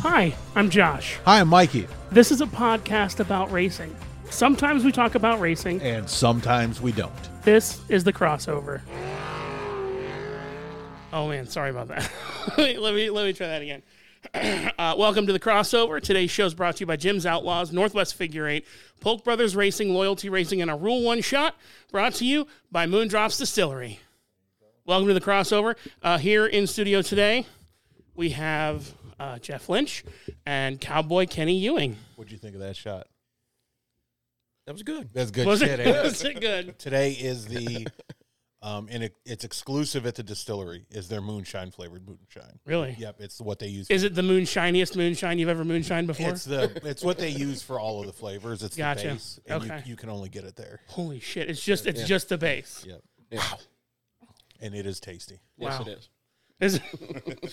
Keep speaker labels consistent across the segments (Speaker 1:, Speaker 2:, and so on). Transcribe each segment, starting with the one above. Speaker 1: Hi, I'm Josh.
Speaker 2: Hi, I'm Mikey.
Speaker 1: This is a podcast about racing. Sometimes we talk about racing,
Speaker 2: And sometimes we don't.
Speaker 1: this is the crossover. Oh man, sorry about that. Wait, let me let me try that again. uh, welcome to the crossover. Today's show is brought to you by Jim's Outlaws, Northwest Figure Eight, Polk Brothers Racing, Loyalty Racing, and a Rule One Shot. Brought to you by Moondrops Distillery. Welcome to the crossover. Uh, here in studio today, we have uh, Jeff Lynch and Cowboy Kenny Ewing.
Speaker 3: What'd you think of that shot? That was good. That's good
Speaker 1: Was
Speaker 3: shit.
Speaker 1: it,
Speaker 3: Aaron.
Speaker 1: was it good?
Speaker 3: Today is the, um, and it, it's exclusive at the distillery. Is their moonshine flavored moonshine?
Speaker 1: Really?
Speaker 3: Yep, it's what they use.
Speaker 1: Is it the moonshiniest moonshine you've ever moonshined before?
Speaker 3: It's the it's what they use for all of the flavors. It's
Speaker 1: Gotcha.
Speaker 3: the base, and
Speaker 1: Okay.
Speaker 3: you, you can only get it there.
Speaker 1: Holy shit! It's just it's just the base.
Speaker 3: Yep. And it is tasty.
Speaker 1: Wow.
Speaker 4: Yes, it is.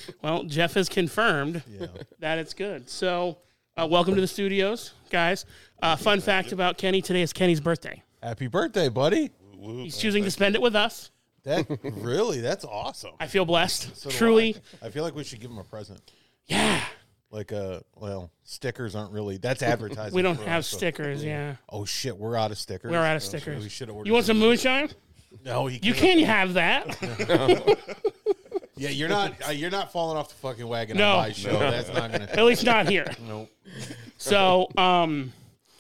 Speaker 1: Is- well, Jeff has confirmed
Speaker 3: Yeah.
Speaker 1: that it's good. So, uh, welcome to the studios, guys. Uh, fun fact about Kenny: today is Kenny's birthday.
Speaker 3: Happy birthday, buddy!
Speaker 1: He's choosing to spend it with us.
Speaker 3: That really, that's awesome.
Speaker 1: I feel blessed.
Speaker 3: So do
Speaker 1: Truly,
Speaker 3: I, I feel like we should give him a present.
Speaker 1: yeah.
Speaker 3: Like a well, stickers aren't really that's advertising.
Speaker 1: We don't
Speaker 3: for
Speaker 1: have
Speaker 3: us, so-
Speaker 1: stickers. Yeah,
Speaker 3: Oh shit, we're out of stickers.
Speaker 1: we're out of
Speaker 3: Oh, shit,
Speaker 1: stickers.
Speaker 3: We should have ordered.
Speaker 1: You want some moonshine?
Speaker 3: No, he
Speaker 1: You can have that.
Speaker 3: Yeah, you're not. Uh, you're not falling off the fucking wagon
Speaker 1: No.
Speaker 3: on my show. That's not
Speaker 1: At
Speaker 3: gonna.
Speaker 1: least not here.
Speaker 3: nope.
Speaker 1: So, um,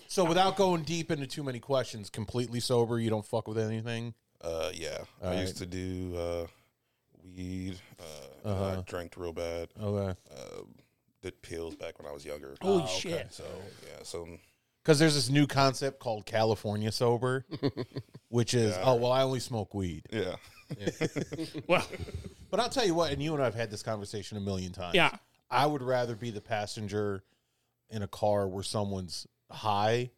Speaker 3: So without going deep into too many questions, completely sober. You don't fuck with anything.
Speaker 4: Uh, yeah. I
Speaker 3: All
Speaker 4: used to do uh, weed. Uh, I drank real bad.
Speaker 3: Okay.
Speaker 4: Did pills back when I was younger.
Speaker 1: holy shit!
Speaker 4: So yeah. So
Speaker 3: Because there's this new concept called California sober, which is oh well, I only smoke weed.
Speaker 4: yeah.
Speaker 1: Well,
Speaker 3: But I'll tell you what, and you and I've had this conversation a million times.
Speaker 1: yeah.
Speaker 3: I would rather be the passenger in a car where someone's high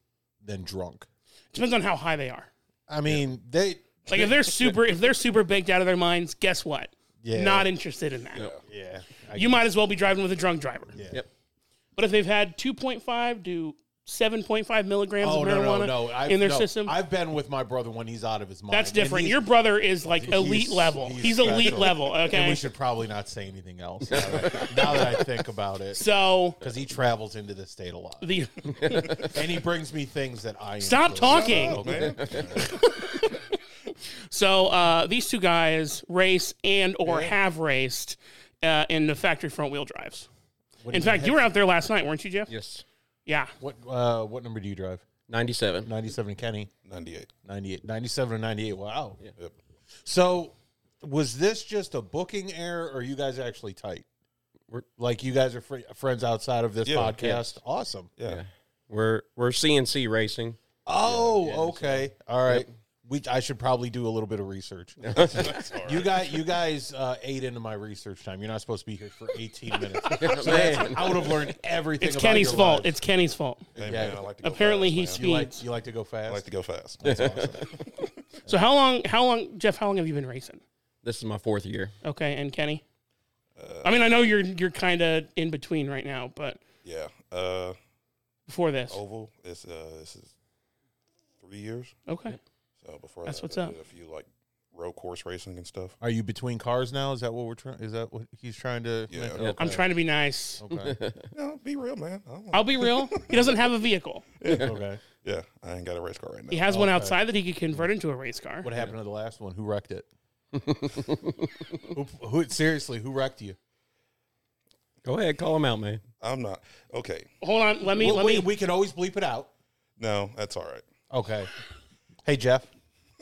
Speaker 3: than drunk.
Speaker 1: Depends on how high they are.
Speaker 3: I mean, they
Speaker 1: Like if they're super, if they're super baked out of their minds, guess what?
Speaker 3: Yeah.
Speaker 1: Not interested in that.
Speaker 3: yeah. I,
Speaker 1: You might as well be driving with a drunk driver.
Speaker 3: yeah.
Speaker 4: Yep.
Speaker 1: But if they've had 2.5 to 7.5 milligrams
Speaker 3: Oh
Speaker 1: of
Speaker 3: no
Speaker 1: marijuana
Speaker 3: no no! I've,
Speaker 1: in their
Speaker 3: no.
Speaker 1: system,
Speaker 3: I've been with my brother when he's out of his mind.
Speaker 1: that's
Speaker 3: And
Speaker 1: different.
Speaker 3: he's-
Speaker 1: Your brother is like elite level. He's,
Speaker 3: he's
Speaker 1: elite
Speaker 3: special.
Speaker 1: level.
Speaker 3: And
Speaker 1: Okay.
Speaker 3: we should probably not say anything else now that, now that I think about it,
Speaker 1: so
Speaker 3: because he travels into this state a lot,
Speaker 1: the
Speaker 3: and he brings me things that I
Speaker 1: stop
Speaker 3: enjoy.
Speaker 1: talking.
Speaker 3: Okay.
Speaker 1: So uh, these two guys race and or have raced uh, in the factory front wheel drives.
Speaker 3: What do
Speaker 1: In fact, you were out there last night, weren't you, Jeff?
Speaker 5: Yes.
Speaker 1: Yeah.
Speaker 3: What uh, what number do you drive?
Speaker 5: 97.
Speaker 3: Ninety-seven, Kenny.
Speaker 4: Ninety-eight.
Speaker 3: 98, 97 and ninety-eight. Wow.
Speaker 4: Yep.
Speaker 3: So, was this just a booking error, or are you guys actually tight?
Speaker 5: We're-
Speaker 3: like you guys are fr- friends outside of this
Speaker 4: Yeah.
Speaker 3: podcast. Awesome.
Speaker 4: Yeah.
Speaker 5: We're we're CNC racing.
Speaker 3: Oh, okay. All right. We, I should probably do a little bit of research. you guys, you guys uh, ate into my research time. You're not supposed to be here for 18 minutes. So that's-
Speaker 5: Man.
Speaker 3: I would have learned everything.
Speaker 1: It's
Speaker 3: about
Speaker 1: Kenny's
Speaker 3: your
Speaker 1: fault.
Speaker 3: lives.
Speaker 1: It's Kenny's fault.
Speaker 4: Hey,
Speaker 3: Yeah.
Speaker 4: man, I like to go
Speaker 1: Apparently
Speaker 4: fast,
Speaker 1: he
Speaker 4: man.
Speaker 1: speeds.
Speaker 3: you like you like to go fast.
Speaker 4: I like to go fast.
Speaker 1: So how long? How long, Jeff? How long have you been racing?
Speaker 5: This is my fourth year.
Speaker 1: Okay, and Kenny. I mean, I know you're you're kind of in between right now, but
Speaker 4: yeah. Uh,
Speaker 1: before this,
Speaker 4: oval. It's uh, this is three years.
Speaker 1: okay.
Speaker 4: So before
Speaker 1: That's
Speaker 4: that,
Speaker 1: what's
Speaker 4: I
Speaker 1: up.
Speaker 4: did A few like road course racing and stuff.
Speaker 3: Are you between cars now? Is that what we're trying? Is that what he's trying to?
Speaker 4: Yeah.
Speaker 3: Okay.
Speaker 1: I'm trying to be nice.
Speaker 3: Okay.
Speaker 4: No, be real, man. I don't want-
Speaker 1: I'll be real. He doesn't have a vehicle.
Speaker 3: okay.
Speaker 4: yeah, I ain't got a race car right now.
Speaker 1: He has one outside that he could convert into a race car.
Speaker 3: What happened to the last one? Who wrecked it? who, who- seriously? Who wrecked you?
Speaker 5: Go ahead, call them out, man.
Speaker 4: I'm not. Okay.
Speaker 1: Hold on. Let me.
Speaker 3: Well,
Speaker 1: let
Speaker 3: we,
Speaker 1: me.
Speaker 3: we can always bleep it out.
Speaker 4: No, that's all right.
Speaker 3: Okay. Hey Jeff,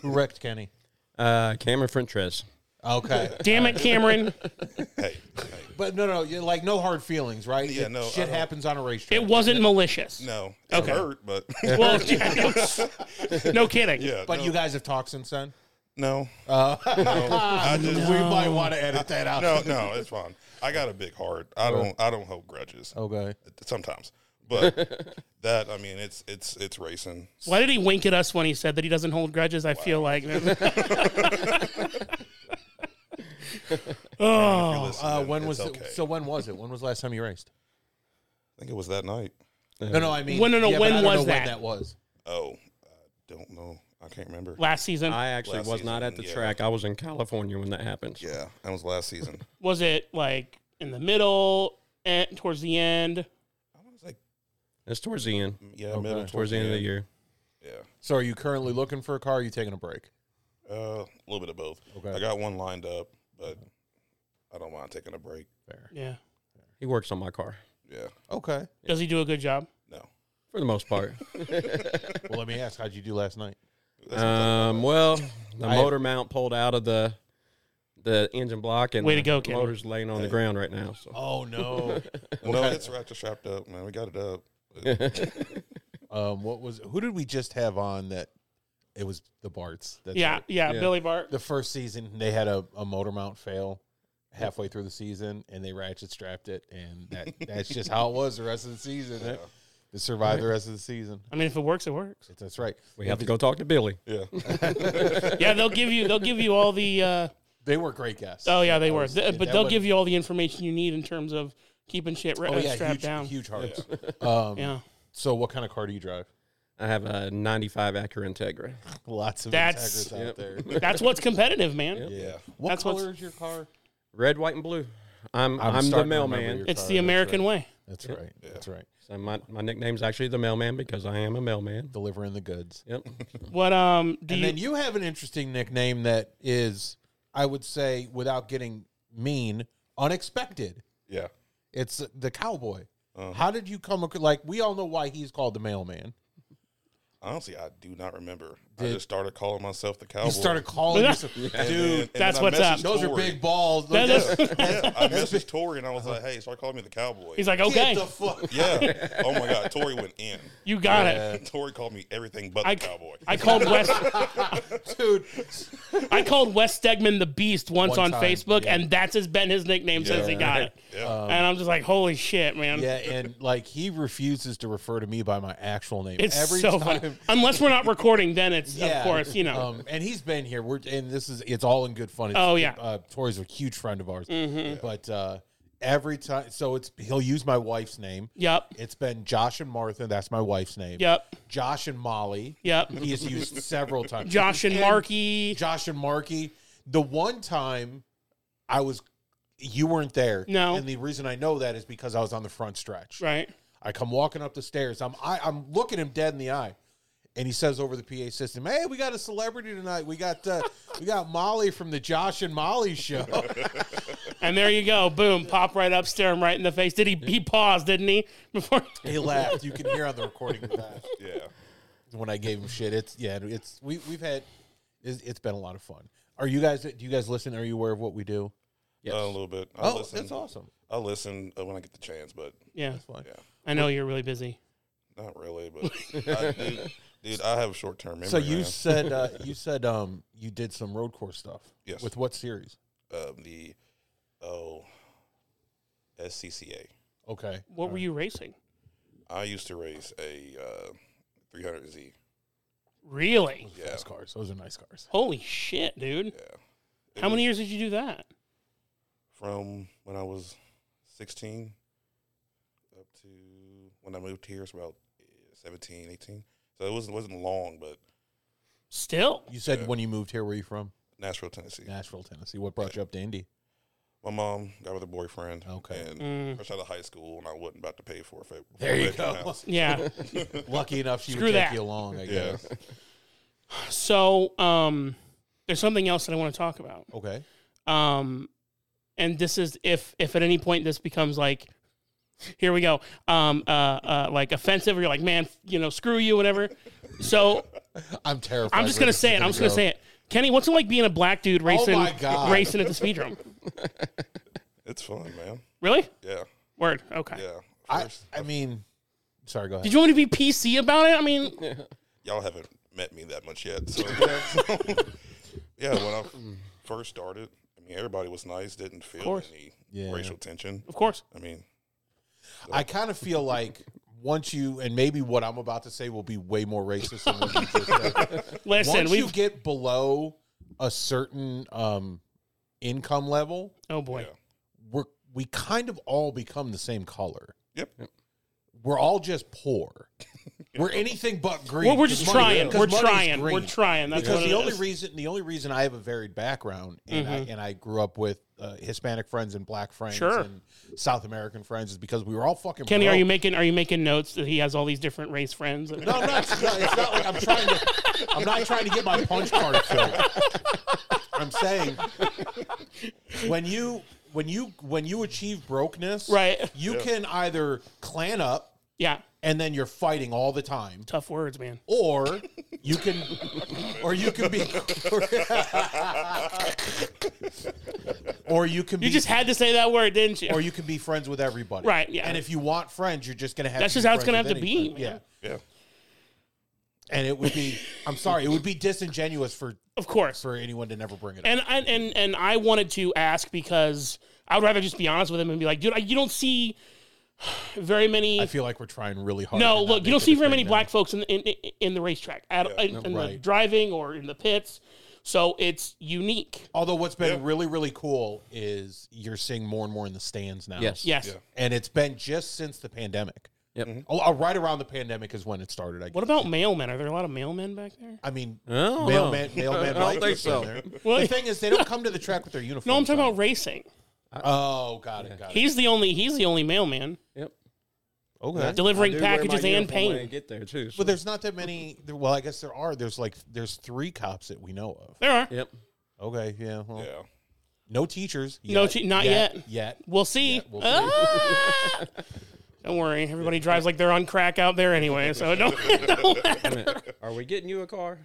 Speaker 3: who wrecked Kenny?
Speaker 5: Uh, Cameron Frentress.
Speaker 3: Okay.
Speaker 1: damn it, Cameron.
Speaker 4: Hey, hey.
Speaker 3: But no, no, you're like no hard feelings, right?
Speaker 4: Yeah,
Speaker 3: It-
Speaker 4: no, I
Speaker 3: Shit
Speaker 4: don't-
Speaker 3: happens on a racetrack.
Speaker 1: It wasn't malicious.
Speaker 4: No, it
Speaker 1: Okay.
Speaker 4: hurt, but
Speaker 1: Well, yeah, no, no kidding.
Speaker 4: yeah,
Speaker 3: but
Speaker 4: no,
Speaker 3: you guys have talked since then.
Speaker 4: no,
Speaker 5: Oh.
Speaker 4: no, I just,
Speaker 3: We might want to edit that out.
Speaker 4: no, no, it's fine. I got a big heart. I don't, I don't hold grudges
Speaker 5: Oh.
Speaker 3: Okay.
Speaker 4: sometimes, but that I mean, it's, it's, it's racing.
Speaker 1: Why did he wink at us when he said that he doesn't hold grudges? I feel like. oh,
Speaker 3: Uh, when was
Speaker 4: okay.
Speaker 3: it, so? When was it? When was the last time you raced?
Speaker 4: I think it was that night.
Speaker 3: No, no, I mean,
Speaker 1: When- no, no,
Speaker 3: yeah, but
Speaker 1: when
Speaker 3: I don't
Speaker 1: was
Speaker 3: know
Speaker 1: that?
Speaker 3: When that was.
Speaker 4: Oh, I don't know. I can't remember.
Speaker 1: last season
Speaker 5: I actually
Speaker 4: Last
Speaker 5: was not at the
Speaker 4: season, yeah.
Speaker 5: track. I was in California when that happened.
Speaker 4: Yeah, that was last season.
Speaker 1: was it like in the middle? eh, towards the end.
Speaker 4: I was like,
Speaker 5: That's towards the end.
Speaker 4: yeah,
Speaker 3: Okay.
Speaker 4: middle
Speaker 5: Towards the end of the year.
Speaker 4: Yeah,
Speaker 3: So, are you currently looking for a car? Or are you taking a break?
Speaker 4: uh, a little bit of both.
Speaker 3: Okay.
Speaker 4: I got one lined up, but I don't mind taking a break.
Speaker 3: Fair.
Speaker 1: Yeah.
Speaker 5: He works on my car
Speaker 4: Yeah,
Speaker 3: Okay.
Speaker 1: Does he do a good job?
Speaker 4: no.
Speaker 5: for the most part.
Speaker 3: Well, let me ask, how'd you do last night?
Speaker 4: That's
Speaker 5: um, well, the
Speaker 3: I-
Speaker 5: motor mount pulled out of the the engine block, and
Speaker 1: Way
Speaker 5: the
Speaker 1: to go, Kenny.
Speaker 5: motor's laying on the
Speaker 4: Hey.
Speaker 5: ground right now. So
Speaker 3: Oh no.
Speaker 4: no, it's ratchet strapped up, man. We got it up.
Speaker 3: um, what was? Who did we just have on that? It was the Barts. That's
Speaker 1: yeah,
Speaker 3: right.
Speaker 1: yeah,
Speaker 5: Yeah.
Speaker 1: Billy Bart.
Speaker 3: The first season, they had a, a motor mount fail halfway through the season, and they ratchet strapped it, and that that's just how it was the rest of the season. It, survived the rest of the season.
Speaker 1: I mean, if it works, it works.
Speaker 3: That's right.
Speaker 5: we have to go talk to Billy.
Speaker 4: Yeah,
Speaker 1: Yeah, they'll give you they'll give you all the. Uh,
Speaker 3: They were great guests.
Speaker 1: oh yeah, they were,
Speaker 3: was-
Speaker 1: Th-
Speaker 3: yeah,
Speaker 1: but
Speaker 3: that
Speaker 1: they'll
Speaker 3: would-
Speaker 1: give you all the information you need in terms of keeping shit re-
Speaker 3: Oh yeah,
Speaker 1: strapped
Speaker 3: huge,
Speaker 1: down.
Speaker 3: huge hearts. Um,
Speaker 1: Yeah,
Speaker 3: So, what kind of car do you drive?
Speaker 5: I have a '95 Acura Integra.
Speaker 3: Lots of
Speaker 1: That's-
Speaker 3: Integras out there.
Speaker 1: that's what's competitive, man.
Speaker 3: Oh,
Speaker 4: yeah.
Speaker 3: What
Speaker 1: That's what's-
Speaker 3: color is your car?
Speaker 5: Red, white, and blue. I'm
Speaker 3: I'm
Speaker 5: I'm, the
Speaker 3: starting to remember
Speaker 5: mailman.
Speaker 3: your-
Speaker 1: It's
Speaker 3: Sorry,
Speaker 1: the
Speaker 3: that's
Speaker 1: American way.
Speaker 3: That's right. That's right.
Speaker 5: So my my nickname's actually the mailman because I am a mailman.
Speaker 3: Delivering the goods.
Speaker 5: Yep.
Speaker 1: What um do
Speaker 3: and
Speaker 1: you?
Speaker 3: then you have an interesting nickname that is, I would say, without getting mean, unexpected.
Speaker 4: Yeah.
Speaker 3: It's the cowboy.
Speaker 4: Uh-huh.
Speaker 3: How did you come? ac- Like we all know why he's called the mailman.
Speaker 4: Honestly, I do not remember. I
Speaker 3: Did-
Speaker 4: just started calling myself the cowboy.
Speaker 3: He started calling, yourself,
Speaker 4: And then-
Speaker 3: dude.
Speaker 4: and then
Speaker 1: that's
Speaker 4: I
Speaker 1: what's up.
Speaker 4: messaged
Speaker 3: Those are
Speaker 4: Tori.
Speaker 3: big balls.
Speaker 1: That is-
Speaker 4: Yeah, I messaged Tori and I was like, "Hey, start calling me the cowboy."
Speaker 1: he's like,
Speaker 3: Get
Speaker 1: okay,
Speaker 3: the fuck.
Speaker 4: "Yeah." Oh my god, Tori went in.
Speaker 1: you got it.
Speaker 4: Tori called me everything but
Speaker 1: I-
Speaker 4: the cowboy.
Speaker 1: I called West.
Speaker 3: dude.
Speaker 1: I called Wes Stegman the Beast once
Speaker 3: One
Speaker 1: on
Speaker 3: time,
Speaker 1: Facebook,
Speaker 3: yeah.
Speaker 1: and that's has been his nickname since he got it.
Speaker 4: Yeah.
Speaker 1: and I'm just like, holy shit, man.
Speaker 3: Yeah, and like he refuses to refer to me by my actual name
Speaker 1: It's
Speaker 3: every
Speaker 1: so
Speaker 3: time.
Speaker 1: funny. Unless we're not recording, then it's of course, you know.
Speaker 3: Um, and he's been here. We're and this is it's all in good fun. It's,
Speaker 1: Oh, yeah. Mm-hmm.
Speaker 3: uh, Tori's a huge friend of ours. But uh, every time, so it's he'll use my wife's name.
Speaker 1: yep.
Speaker 3: It's been Josh and Martha. That's my wife's name.
Speaker 1: Yep.
Speaker 3: Josh and Molly.
Speaker 1: Yep.
Speaker 3: He has used several times.
Speaker 1: Josh and Marky.
Speaker 3: Josh and Marky. The one time I was, you weren't there.
Speaker 1: No.
Speaker 3: And the reason I know that is because I was on the front stretch.
Speaker 1: Right.
Speaker 3: I come walking up the stairs. I'm I, I'm looking him dead in the eye, and he says over the PA system, "Hey, we got a celebrity tonight. We got uh, we got Molly from the Josh and Molly show."
Speaker 1: And there you go. Boom. Pop right up, stare him right in the face. Did he he paused, didn't he? Before
Speaker 3: he laughed. You can hear on the recording of that
Speaker 4: yeah.
Speaker 3: when I gave him shit. It's yeah. It's we we've had. It's, it's been a lot of fun. Are you guys? Do you guys listen? Are you aware of what we do?
Speaker 5: Yes.
Speaker 4: Uh, a little bit. I
Speaker 3: Oh,
Speaker 4: listen.
Speaker 3: that's awesome.
Speaker 4: I listen uh, when I get the chance, but
Speaker 1: Yeah.
Speaker 3: That's fun.
Speaker 4: Yeah.
Speaker 1: I know you're really busy.
Speaker 4: not really. But I, dude, dude, I have a short term memory.
Speaker 3: So you
Speaker 4: man.
Speaker 3: said uh, you said um you did some road course stuff.
Speaker 4: Yes.
Speaker 3: With what series?
Speaker 4: um, the oh SCCA.
Speaker 3: Okay.
Speaker 1: What were you racing?
Speaker 4: I used to race a uh, 300Z.
Speaker 1: Really?
Speaker 4: Yeah.
Speaker 3: Nice cars. Those are nice cars.
Speaker 1: Holy shit, dude.
Speaker 4: It
Speaker 1: How many
Speaker 4: was
Speaker 1: years did you do that?
Speaker 4: From when I was 16 up to when I moved here, it's about eh, 17, 18. So it wasn't wasn't long, but
Speaker 1: Still.
Speaker 3: You said when you moved here, where you from?
Speaker 4: Nashville, Tennessee.
Speaker 3: Nashville, Tennessee. What brought you up to Indy?
Speaker 4: My mom got with a boyfriend.
Speaker 3: Okay.
Speaker 4: And
Speaker 1: Mm.
Speaker 4: fresh out of high school, and I wasn't about to pay for a fa-
Speaker 3: There you
Speaker 4: bedroom
Speaker 3: go.
Speaker 4: house.
Speaker 1: Yeah.
Speaker 3: Lucky enough, she
Speaker 1: Screw
Speaker 3: would
Speaker 1: that.
Speaker 3: take you along. I
Speaker 4: Yeah.
Speaker 3: guess.
Speaker 1: So um there's something else that I want to talk about.
Speaker 3: Okay.
Speaker 1: um and this is if if at any point this becomes like here we go um uh, uh like offensive or you're like man you know screw you whatever so
Speaker 3: I'm terrified.
Speaker 1: i'm just gonna say it i'm just gonna say it kenny what's it like being a black dude racing
Speaker 3: Oh my God.
Speaker 1: racing at the speedrome
Speaker 4: It's fun, man.
Speaker 1: really
Speaker 4: Yeah.
Speaker 1: word okay
Speaker 4: Yeah.
Speaker 3: I,
Speaker 4: First,
Speaker 3: I mean, sorry. Go ahead.
Speaker 1: did you want me to be pc about it i mean
Speaker 4: y'all haven't met me that much yet. So, yeah, when I first started, I mean, everybody was nice, didn't feel
Speaker 1: course.
Speaker 4: any
Speaker 3: Yeah.
Speaker 4: racial tension.
Speaker 1: of course
Speaker 4: I mean,
Speaker 3: I kind of feel like once you, and maybe what I'm about to say will be way more racist than what you just said.
Speaker 1: listen
Speaker 3: Once you
Speaker 1: we've
Speaker 3: get below a certain um, income level,
Speaker 1: oh boy
Speaker 4: Yeah.
Speaker 3: we're we kind of all become the same color.
Speaker 4: Yep.
Speaker 3: We're all just poor. We're anything but green.
Speaker 1: Well, we're just
Speaker 3: 'cause money-
Speaker 1: trying.
Speaker 3: 'cause
Speaker 1: We're
Speaker 3: money's
Speaker 1: trying.
Speaker 3: green.
Speaker 1: We're trying. That's
Speaker 3: because
Speaker 1: what
Speaker 3: the
Speaker 1: it
Speaker 3: only
Speaker 1: is.
Speaker 3: reason the only reason I have a varied background and I and I grew up with uh, Hispanic friends and black friends
Speaker 1: Sure.
Speaker 3: and South American friends is because we were all fucking.
Speaker 1: Kenny, are
Speaker 3: broke.
Speaker 1: you making are you making notes that he has all these different race friends? And-
Speaker 3: No, I'm not. It's not, it's not like I'm trying to. I'm not trying to get my punch card filled. I'm saying when you when you when you achieve brokeness,
Speaker 1: Right.
Speaker 3: You can either clan up
Speaker 1: Yeah.
Speaker 3: and then you're fighting all the time,
Speaker 1: Tough words, man.
Speaker 3: or you can, or you can be, or you can be,
Speaker 1: You just had to say that word, didn't you?
Speaker 3: or you can be friends with everybody,
Speaker 1: Right, yeah.
Speaker 3: And if you want friends, you're just gonna have.
Speaker 1: That's
Speaker 3: to
Speaker 1: just
Speaker 3: be
Speaker 1: how it's
Speaker 3: friends
Speaker 1: gonna have
Speaker 3: with
Speaker 1: to be,
Speaker 3: anybody.
Speaker 1: man.
Speaker 3: Yeah.
Speaker 4: Yeah.
Speaker 3: and it would be i'm sorry it would be disingenuous for
Speaker 1: of course.
Speaker 3: for anyone to never bring it up
Speaker 1: and and and and I wanted to ask because I would rather just be honest with him and be like, dude, I, you don't see very many.
Speaker 3: i feel like we're trying really hard
Speaker 1: no,
Speaker 3: to not
Speaker 1: look, you
Speaker 3: make
Speaker 1: don't
Speaker 3: it
Speaker 1: see
Speaker 3: a
Speaker 1: very
Speaker 3: thing
Speaker 1: many
Speaker 3: now.
Speaker 1: black folks in in, in the racetrack at in, in the
Speaker 3: Right.
Speaker 1: driving or in the pits. So it's unique.
Speaker 3: although what's been
Speaker 4: Yeah.
Speaker 3: really really cool is you're seeing more and more in the stands now
Speaker 5: Yes.
Speaker 1: Yes.
Speaker 4: Yeah.
Speaker 3: and it's been just since the pandemic
Speaker 5: Yep.
Speaker 3: oh, uh, right around the pandemic is when it started i guess.
Speaker 1: What Uh, about mailmen? Are there a lot of mailmen back there?
Speaker 3: i mean
Speaker 5: Oh,
Speaker 3: mailman mailman
Speaker 5: I don't
Speaker 3: Mike
Speaker 5: think
Speaker 3: was in
Speaker 5: so.
Speaker 3: there.
Speaker 1: Well,
Speaker 3: the thing is they don't come to the track with their uniforms
Speaker 1: No, I'm talking
Speaker 3: on.
Speaker 1: about racing.
Speaker 3: oh got it got it
Speaker 1: He's the only he's the only mailman
Speaker 5: Yep.
Speaker 3: okay
Speaker 1: delivering
Speaker 5: I do wear my
Speaker 1: packages and
Speaker 5: uniform when I
Speaker 1: paint.
Speaker 5: get there too. so-
Speaker 3: but there's not that many there- well i guess there are there's like there's three cops that we know of
Speaker 1: There are.
Speaker 5: Yep.
Speaker 3: okay yeah well,
Speaker 4: Yeah.
Speaker 3: no teachers
Speaker 1: No te- not
Speaker 3: yet
Speaker 1: yet.
Speaker 3: yet
Speaker 1: We'll see.
Speaker 3: Yeah, we'll see.
Speaker 1: Ah! don't worry. Everybody drives like they're on crack out there anyway, so it don't, it don't matter.
Speaker 5: Are we getting you a car?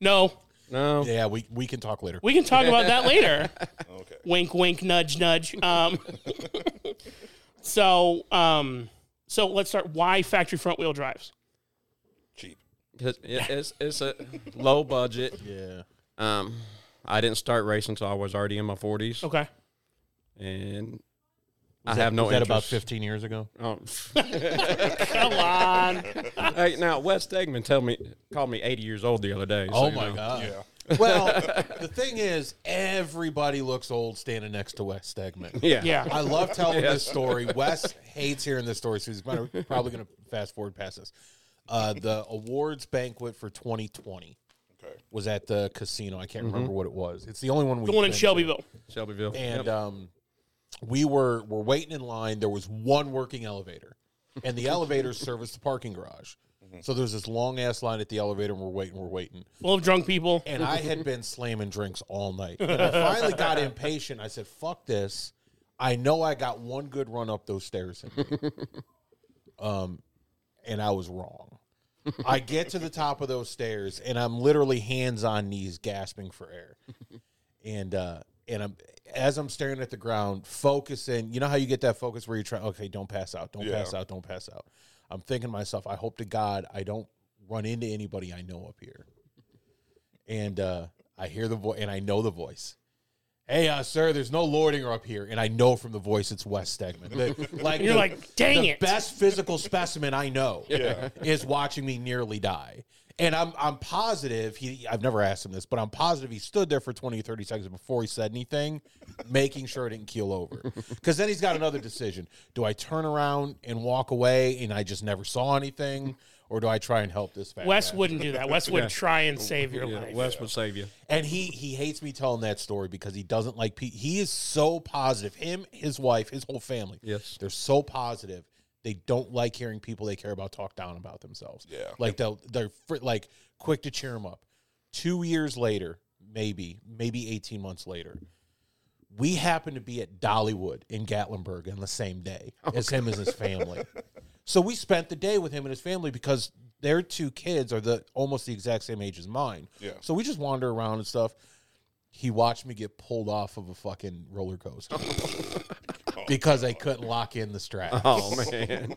Speaker 1: No,
Speaker 5: No.
Speaker 3: Yeah, we, we can talk later.
Speaker 1: we can talk about that later.
Speaker 4: Okay.
Speaker 1: Wink, wink, nudge, nudge. Um, so, um, so let's start. Why factory front wheel drives?
Speaker 4: Cheap.
Speaker 5: 'Cause it- It's, it's a low budget.
Speaker 3: yeah.
Speaker 5: Um, I didn't start racing until I was already in my 40s.
Speaker 1: Okay,
Speaker 5: And I have no
Speaker 3: Was that
Speaker 5: interest.
Speaker 3: about 15 years ago?
Speaker 5: Oh,
Speaker 1: come on.
Speaker 5: hey, now Wes Stegman tell me called me 80 years old the other day. so,
Speaker 3: Oh
Speaker 5: you
Speaker 3: my
Speaker 5: know.
Speaker 3: god.
Speaker 4: Yeah.
Speaker 3: Well, the thing is, everybody looks old standing next to Wes Stegman.
Speaker 5: Yeah.
Speaker 1: Yeah,
Speaker 3: I love telling this story. Wes hates hearing this story, so he's gonna- probably going to fast forward past this. Uh, the awards banquet for 2020
Speaker 4: Okay.
Speaker 3: was at the casino. I can't remember what it was. It's the only one we.
Speaker 1: the one in Shelbyville.
Speaker 5: Shelbyville.
Speaker 3: and
Speaker 5: Yep.
Speaker 3: um, we were were waiting in line. There was one working elevator, and the elevator serviced the parking garage. So there's this long ass line at the elevator, and we're waiting, we're waiting.
Speaker 1: Full of drunk people.
Speaker 3: And I had been slamming drinks all night. And I finally got impatient. I said, "Fuck this! I know I got one good run up those stairs." In me. um, and I was wrong. I get to the top of those stairs, and I'm literally hands on knees, gasping for air and uh and I'm as I'm staring at the ground, focusing. You know how you get that focus where you're trying, okay, don't pass out, don't
Speaker 4: Yeah.
Speaker 3: pass out, don't pass out. I'm thinking to myself, I hope to God I don't run into anybody I know up here. And uh I hear the voice, and I know the voice. Hey, uh, sir, there's no lordinger up here, and I know from the voice it's Wes Stegman. The- like
Speaker 1: You're
Speaker 3: the-
Speaker 1: like, dang
Speaker 3: the
Speaker 1: it.
Speaker 3: best physical specimen I know
Speaker 4: Yeah.
Speaker 3: is watching me nearly die. And I'm I'm positive he I've never asked him this, but I'm positive he stood there for 20 or 30 seconds before he said anything, making sure it didn't keel over. Cuz then he's got another decision. Do I turn around and walk away and I just never saw anything or do I try and help this fat
Speaker 1: Wes
Speaker 3: guy?
Speaker 1: wouldn't do that. Wes would try and save your
Speaker 5: Yeah,
Speaker 1: life.
Speaker 5: Wes would save you.
Speaker 3: And he he hates me telling that story because he doesn't like pe- he is so positive. Him, his wife, his whole family.
Speaker 5: Yes.
Speaker 3: They're so positive. They don't like hearing people they care about talk down about themselves.
Speaker 4: Yeah.
Speaker 3: Like they'll they're fr- like quick to cheer him up. 2 years later, maybe, maybe 18 months later, we happened to be at Dollywood in Gatlinburg on the same day as him and his family. so we spent the day with him and his family because their two kids are the almost the exact same age as mine.
Speaker 4: Yeah.
Speaker 3: So we just wander around and stuff. He watched me get pulled off of a fucking roller coaster because I couldn't lock in the strap.
Speaker 5: Oh man.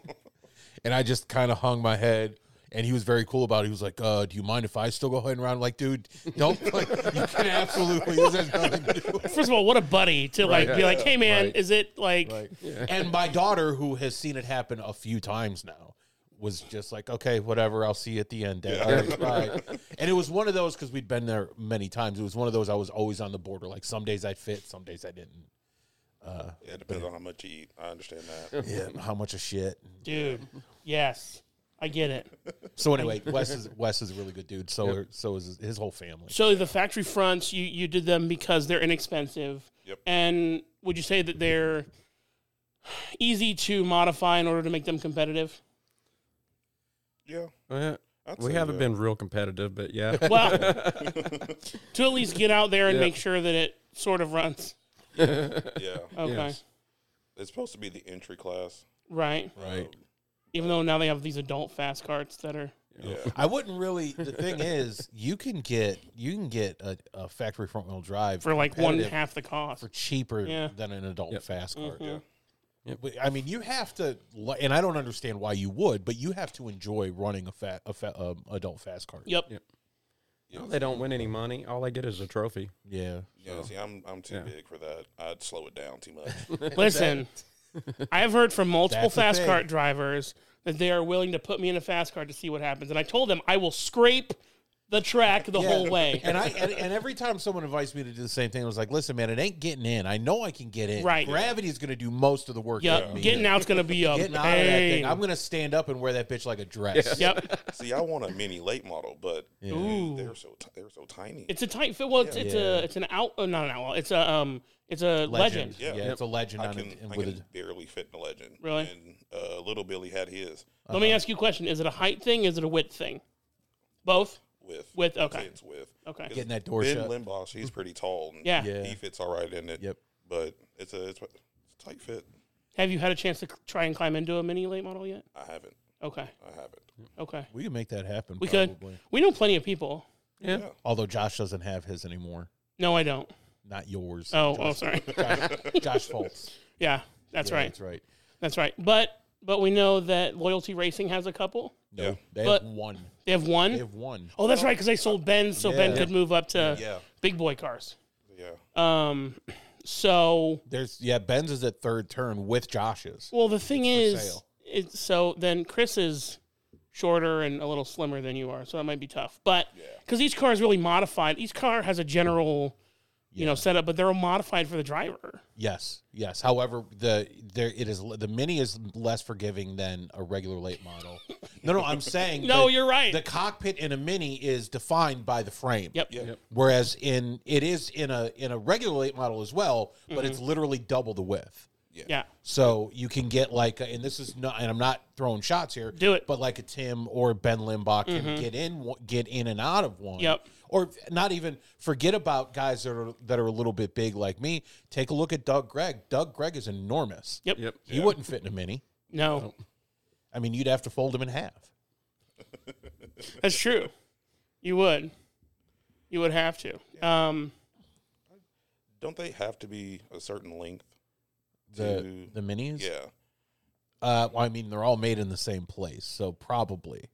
Speaker 3: And I just kind of hung my head. And he was very cool about it. He was like, uh, "Do you mind if I still go ahead and round?" I'm like, dude, don't. Like, you can absolutely. This has nothing to do with
Speaker 1: First of all, what a buddy to like be like, hey man,
Speaker 3: Right.
Speaker 1: is it like?
Speaker 3: And my daughter, who has seen it happen a few times now, was just like, okay, whatever, I'll see you at the end. Dad. All right, bye. And it was one of those because we'd been there many times. It was one of those I was always on the border. Like some days I fit, some days I didn't.
Speaker 4: Yeah, it depends on how much you eat. I understand that.
Speaker 3: Yeah, how much of shit.
Speaker 1: Dude, yes, I get it.
Speaker 3: So anyway, Wes is Wes is a really good dude. So are- so is his whole family.
Speaker 1: So the factory fronts, you you did them because they're inexpensive.
Speaker 4: Yep.
Speaker 1: And would you say that they're easy to modify in order to make them competitive?
Speaker 4: Yeah.
Speaker 5: Well,
Speaker 4: I'd
Speaker 5: we
Speaker 4: say, uh,
Speaker 5: haven't
Speaker 4: yeah.
Speaker 5: been real competitive, but yeah.
Speaker 1: Well, to at least get out there and
Speaker 5: Yeah.
Speaker 1: make sure that it sort of runs.
Speaker 4: Yeah.
Speaker 1: Okay.
Speaker 5: Yes.
Speaker 4: It's supposed to be the entry class.
Speaker 1: Right.
Speaker 3: Right.
Speaker 1: Even though now they have these adult fast carts that are.
Speaker 4: Yeah.
Speaker 3: I wouldn't really. The thing is, you can get you can get a, a factory front wheel drive
Speaker 1: for like one
Speaker 3: competitive
Speaker 1: half the cost.
Speaker 3: for cheaper
Speaker 1: Yeah. Mm-hmm.
Speaker 3: than an adult
Speaker 5: Yep.
Speaker 3: fast car.
Speaker 4: Yeah.
Speaker 3: But, I mean, you have to, li- and I don't understand why you would, but you have to enjoy running a fat a fa- um, adult fast car.
Speaker 1: Yep.
Speaker 5: Yep.
Speaker 4: Yeah.
Speaker 5: They don't win any money. All they get is a trophy.
Speaker 3: Yeah.
Speaker 4: Yeah, see, I'm I'm too
Speaker 5: Yeah.
Speaker 4: big for that. I'd slow it down too much.
Speaker 1: Listen, I have heard from multiple
Speaker 3: That's the
Speaker 1: fast
Speaker 3: thing.
Speaker 1: cart drivers that they are willing to put me in a fast cart to see what happens. And I told them I will scrape the track the
Speaker 3: Yeah.
Speaker 1: whole way.
Speaker 3: And I and, and every time someone invites me to do the same thing, I was like, "Listen, man, it ain't getting in. I know I can get in.
Speaker 1: Right.
Speaker 3: Gravity is going to do most of the work.
Speaker 1: Yep.
Speaker 3: getting me
Speaker 1: Getting
Speaker 3: in.
Speaker 1: out's gonna be a
Speaker 3: getting out of that
Speaker 1: pain.
Speaker 3: thing. I'm going to stand up and wear that bitch like a dress.
Speaker 1: Yep.
Speaker 4: see, I want a mini late model, but
Speaker 1: Ooh.
Speaker 4: they're so t- they're so tiny.
Speaker 1: It's a tight fit. Well, it's, it's
Speaker 3: Yeah.
Speaker 1: a it's an out. Oh, not an outlaw. It's a um. It's a legend.
Speaker 3: Yeah,
Speaker 4: Yeah.
Speaker 3: it's a legend
Speaker 4: I
Speaker 3: on
Speaker 4: can
Speaker 3: it.
Speaker 4: I
Speaker 3: And with
Speaker 4: can
Speaker 3: a,
Speaker 4: barely fit in a legend.
Speaker 1: Really?
Speaker 4: And uh, little Billy had his
Speaker 1: Let
Speaker 3: Uh-huh.
Speaker 1: me ask you a question: Is it a height thing? Is it a width thing? Both.
Speaker 4: with
Speaker 1: With-
Speaker 4: I'd
Speaker 1: okay.
Speaker 4: say It's with
Speaker 1: Okay.
Speaker 4: 'Cause
Speaker 3: Getting that door
Speaker 4: ben
Speaker 3: shut.
Speaker 4: Limbaugh, she's pretty tall. And
Speaker 1: Yeah.
Speaker 3: Yeah.
Speaker 4: He fits all right in it.
Speaker 3: Yep.
Speaker 4: But it's a it's, a- it's a tight fit.
Speaker 1: Have you had a chance to c- try and climb into a mini late model yet?
Speaker 4: I haven't.
Speaker 1: Okay.
Speaker 4: I haven't.
Speaker 1: Okay.
Speaker 3: we can make that happen.
Speaker 1: We could.
Speaker 3: probably.
Speaker 1: We know plenty of people.
Speaker 5: Yeah.
Speaker 4: Yeah.
Speaker 3: Although Josh doesn't have his anymore.
Speaker 1: No, I don't.
Speaker 3: Not yours.
Speaker 1: Oh, oh,
Speaker 3: Josh,
Speaker 1: sorry.
Speaker 3: Josh, Josh Fultz.
Speaker 1: Yeah, that's
Speaker 3: Yeah,
Speaker 1: right.
Speaker 3: That's right.
Speaker 1: That's right. But but we know that Loyalty Racing has a couple.
Speaker 3: No,
Speaker 4: Yeah.
Speaker 3: they
Speaker 1: But-
Speaker 3: have one.
Speaker 1: They have one.
Speaker 3: They have one.
Speaker 1: oh, that's right, because they sold Ben, so Ben
Speaker 3: Yeah.
Speaker 1: could move up to
Speaker 4: Yeah.
Speaker 1: big boy cars.
Speaker 4: Yeah.
Speaker 1: Um, so
Speaker 3: There's yeah. Ben's is at third turn with Josh's.
Speaker 1: well, the thing
Speaker 3: It's for
Speaker 1: is,
Speaker 3: sale.
Speaker 1: it's, so then Chris is shorter and a little slimmer than you are, so that might be tough. But because each car is really modified, each car has a general, you know, setup, but they're all modified for the driver.
Speaker 3: Yes, yes. However, the there it is the mini is less forgiving than a regular late model. no, no. I'm saying
Speaker 1: No,
Speaker 3: the,
Speaker 1: you're right.
Speaker 3: The cockpit in a mini is defined by the frame.
Speaker 1: yep.
Speaker 4: Yeah.
Speaker 3: Whereas in it is in a in a regular late model as well, but
Speaker 1: Mm-hmm.
Speaker 3: it's literally double the width.
Speaker 1: Yeah.
Speaker 3: So you can get like, a, and this is not, and I'm not throwing shots here.
Speaker 1: Do it. Mm-hmm.
Speaker 3: but like a Tim or Ben Limbaugh can get in, one- get in and out of one.
Speaker 1: Yep.
Speaker 3: Or not even forget about guys that are that are a little bit big like me. Take a look at Doug Gregg. Doug Gregg is enormous.
Speaker 1: Yep.
Speaker 5: Yep.
Speaker 3: He wouldn't fit in a mini.
Speaker 1: No,
Speaker 3: I mean, you'd have to fold him in half.
Speaker 1: that's true. You would. You would have to. Um,
Speaker 4: Don't they have to be a certain length?
Speaker 3: The
Speaker 4: Dude.
Speaker 3: the minis.
Speaker 4: Yeah.
Speaker 3: Uh, well, I mean, they're all made in the same place, so probably